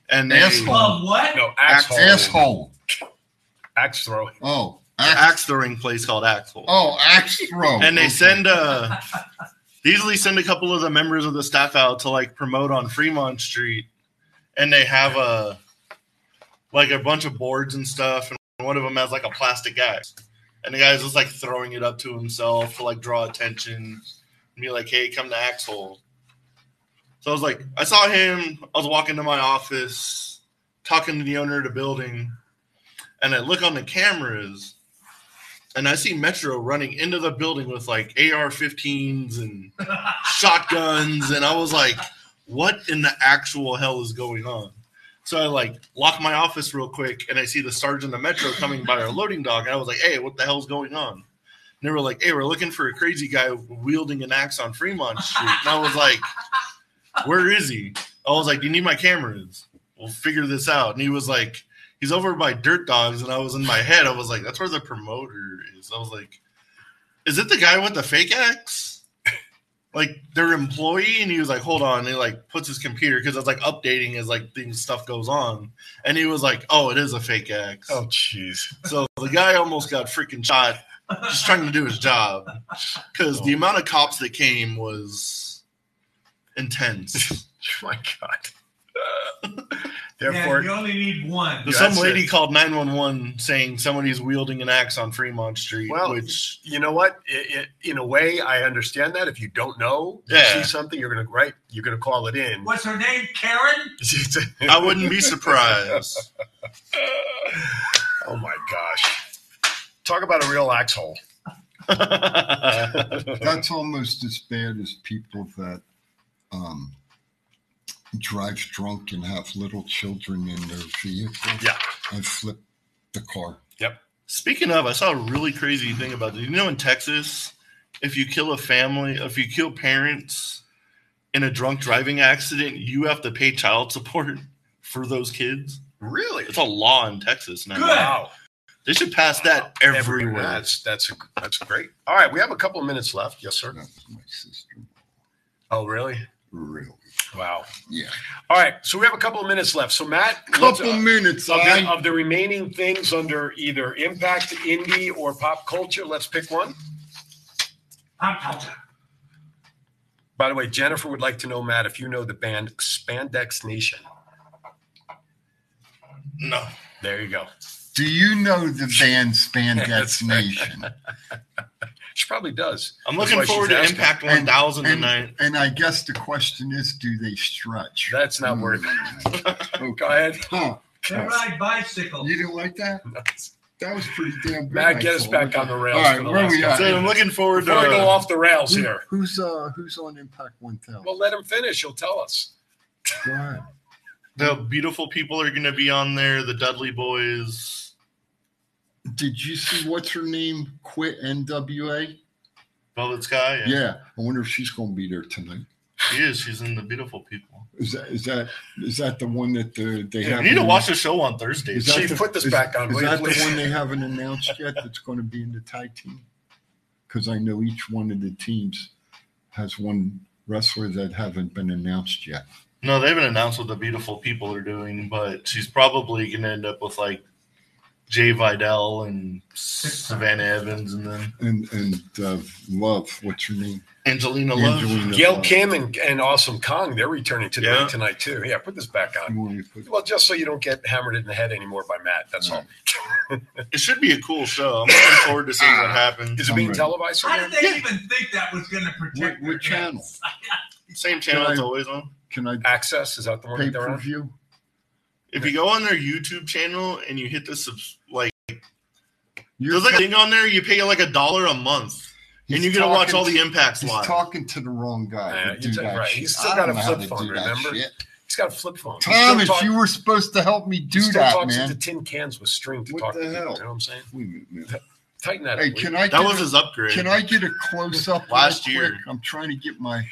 and they, Asshole. Oh, what? No, Axhole. Asshole. Axe throwing. Oh, axe, throwing place called Axhole. Oh, axe throw. and they Okay. send uh they usually send a couple of the members of the staff out to like promote on Fremont Street and they have a like a bunch of boards and stuff and one of them has like a plastic axe and the guy's just like throwing it up to himself to like draw attention and be like hey come to Axel So I was like, I saw him. I was walking to my office, talking to the owner of the building, and I look on the cameras, and I see Metro running into the building with like AR-15s and shotguns, and I was like, what in the actual hell is going on? So I like lock my office real quick, and I see the sergeant of Metro coming by our loading dock, and I was like, hey, what the hell's going on? And they were like, hey, we're looking for a crazy guy wielding an axe on Fremont Street. And I was like, where is he? I was like, you need my cameras. We'll figure this out. And he was like, he's over by Dirt Dogs. And I was in my head, I was like, that's where the promoter is. I was like, is it the guy with the fake axe? like their employee? And he was like, hold on. And he like puts his computer because I was like updating as like things stuff goes on. And he was like, oh, it is a fake axe. Oh, jeez. So the guy almost got freaking shot just trying to do his job because the amount of cops that came was intense. My God. Yeah, Therefore, you only need one. some lady called 911 saying somebody's wielding an axe on Fremont Street, Well, which you know what? It, it, in a way, I understand that. If you don't know, Yeah. you see something, you're gonna right, you're gonna call it in. What's her name? Karen? I I wouldn't be surprised. oh my gosh! Talk about a real axhole. That's almost as bad as people that um, drive drunk and have little children in their vehicle. Yeah. And flip the car. Yep. Speaking of, I saw a really crazy thing about this. You know, in Texas, if you kill a family, if you kill parents in a drunk driving accident, you have to pay child support for those kids. Really? It's a law in Texas now. Good. Wow. They should pass that everywhere. That's that's that's great. All right, we have a couple of minutes left. Yes, sir. My sister. Oh, really? Really? Wow. Yeah. All right, so we have a couple of minutes left. So Matt, Couple let's, uh, uh, minutes, of the, aye. of the remaining things under either impact, indie, or pop culture. Let's pick one. Pop culture. By the way, Jennifer would like to know, Matt, if you know the band Spandex Nation. No. There you go. Do you know the band Spandex That's Nation? She probably does. I'm That's looking why she's forward to asking. Impact 1000 and, tonight. And I guess the question is, do they stretch? That's not worth it. Oh, Go ahead. Huh. They ride bicycles. You didn't like that? That was pretty damn good. Matt, I get us thought. back on the rails. All for right, the where last we at? couple. Before we uh, go off the rails Who- here. Who's uh who's on Impact One Thousand? Well, let him finish. He'll tell us. Go ahead. The beautiful people are going to be on there. The Dudley Boys. Did you see what's her name quit NWA? Velvet Sky. Yeah. I wonder if she's going to be there tonight. She is. She's in the beautiful people. Is that is that is that the one that the, they Yeah, have? we need to watch the show on Thursday. Is that Chief, the- put this is- back on, Is will you that please? the one they haven't announced yet that's going to be in the tag team? Because I know each one of the teams has one wrestler that haven't been announced yet. No, they haven't announced what the beautiful people are doing, but she's probably going to end up with like Jay Vidal and Savannah Evans, and then And and uh, Love, what's her name? Angelina Love. Gail Kim and, and Awesome Kong, they're returning to the Yeah. ring tonight, too. Yeah, put this back on. Well, just so you don't get hammered in the head anymore by Matt. That's all. it should be a cool show. I'm looking forward to seeing what happens. Is it being televised? How somewhere? did they even think that was going to protect What channel? Same Can channel I- it's always on. Can I access? Is that the one pay that they're per on? view? If you go on their YouTube channel and you hit the subs, like You're there's like a thing on there, you pay like a dollar a month, and you get to watch all the impacts He's live. talking to the wrong guy. Yeah, to you do took- that right. shit. He's still I got don't a know how flip to phone, do that remember? shit. He's got a flip phone. He still Tom, if talk- you were supposed to help me do he still that, talks man. into tin cans with string to What talk the to people. hell? You know what I'm saying? Wait Tighten that Hey, up. can will I? you? get a- Can I get a close up Last year. I'm trying to get my.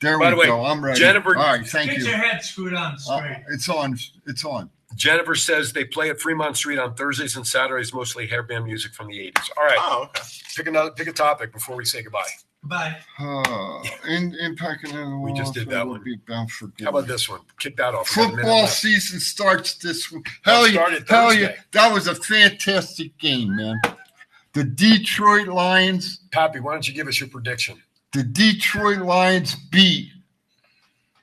there By we the way, go. I'm ready. Jennifer- All right, thank Get you. your head screwed on straight. it's on. It's on. Jennifer says they play at Fremont Street on Thursdays and Saturdays, mostly hair band music from the 80s. All right. Oh, okay. Pick another. Pick a topic before we say goodbye. Oh. Bye. Uh, in in packing in We just did that one. Be bound for How about this one? Kick that off. We got a minute Football left. season starts this week. Hell It yeah! started Hell yeah! Thursday. That was a fantastic game, man. The Detroit Lions. Poppy, why don't you give us your prediction? The Detroit Lions beat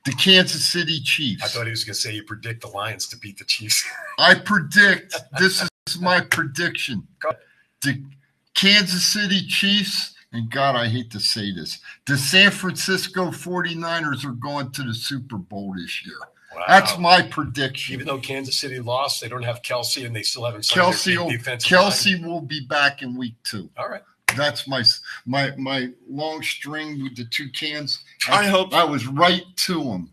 the Kansas City Chiefs. I thought he was going to say you predict the Lions to beat the Chiefs. I predict this is my prediction. The Kansas City Chiefs and God, I hate to say this, the San Francisco 49ers are going to the Super Bowl this year. That's my prediction. Even though Kansas City lost, they don't have Kelsey, and they still haven't signed Kelsey their will, de- defensive Kelsey will be back in week two. All right. That's my s- my my long string with the two cans. I hope I was right to him.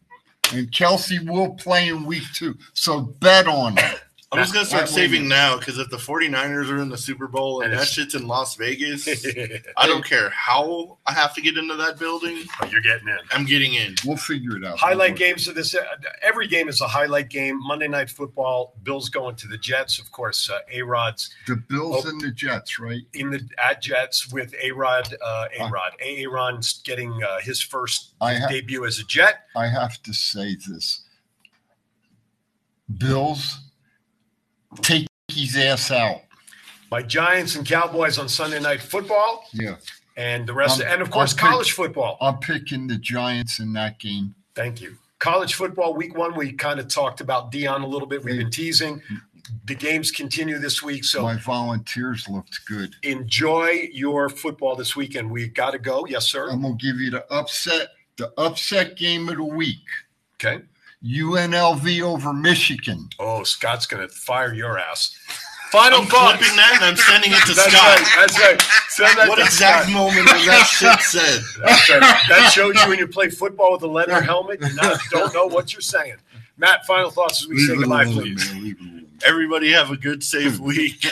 And Kelsey will play in week two. So bet on it. I'm just gonna start That way saving you- now because if the 49ers are in the Super Bowl and And that it's- shit's in Las Vegas, I don't care how I have to get into that building. Oh, You're getting in. I'm getting in. We'll figure it out. Highlight games of this. uh, Every game is a highlight game. Monday Night Football. Bills going to the Jets, of course. Uh, a Rod's The Oh. Bills and the Jets, right? in the at Jets with A Rod. Uh, a Rod. A Ron's getting uh, his first I ha- debut as a Jet. I have to say this. Bills, take his ass out. My Giants and Cowboys on Sunday Night Football, Yeah. and the rest, I'm- and of course Um, I'm Oh. pick- college football. I'm picking the Giants in that game. Thank you. College football week one, we kind of talked about Dion a little bit. We've been teasing. The games continue this week, so My volunteers looked good. enjoy your football this weekend. We got to go. Yes, sir. I'm gonna give you the upset, the upset game of the week. Okay. UNLV over Michigan. Oh, Scott's going to fire your ass. Final I'm thoughts. clipping that and I'm sending it to That's Scott. right, that's right. Send that what to exact Scott. moment was that shit said? That's right. That shows you when you play football with a leather helmet, you not, don't know what you're saying. Matt, final thoughts as we say goodbye, please. Everybody have a good, safe week.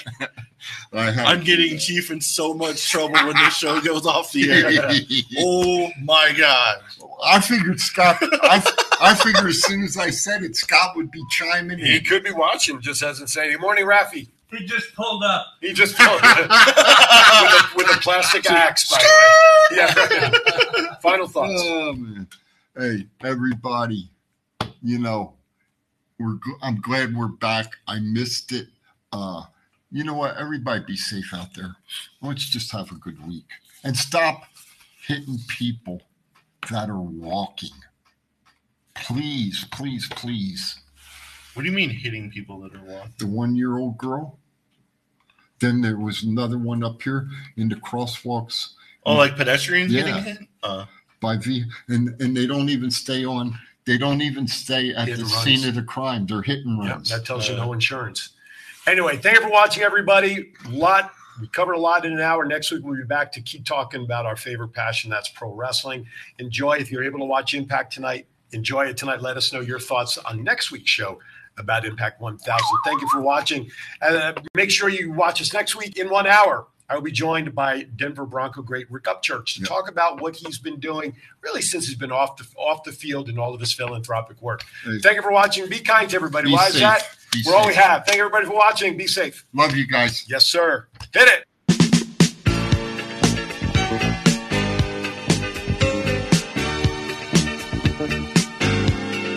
I'm getting Chief in so much trouble when this show goes off the air. oh my god! I figured Scott. I, I figured as soon as I said it, Scott would be chiming in. He could be watching, just hasn't said. Good morning, Rafi. He just pulled up. He just pulled up. with, a, with a plastic axe, by the way. Yeah. right. Final thoughts. Oh, man. Hey, everybody, you know, we're gl- I'm glad we're back. I missed it. Uh, you know what? Everybody be safe out there. Let's just have a good week and stop hitting people that are walking. Please, please, please. What do you mean hitting people that are walking? The one year old girl. Then there was another one up here in the crosswalks. Oh, like pedestrians Yeah. getting hit? Uh, by V, and and they don't even stay on. They don't even stay at Hit the and scene runs. of the crime. They're hit and Yep, runs. that tells you no insurance. Anyway, thank you for watching, everybody. Lot we covered a lot in an hour. Next week we'll be back to keep talking about our favorite passion, that's pro wrestling. Enjoy if you're able to watch Impact tonight. Enjoy it tonight. Let us know your thoughts on next week's show about Impact 1000. Thank you for watching. Uh, make sure you watch us next week in one hour. I will be joined by Denver Bronco great Rick Upchurch to talk about what he's been doing really since he's been off the off the field and all of his philanthropic work. Thank you for watching. Be kind to everybody. Be Why is safe. that? Be We're all we safe. have. Thank everybody for watching. Be safe. Love you guys. Yes, sir. Hit it. Thank you.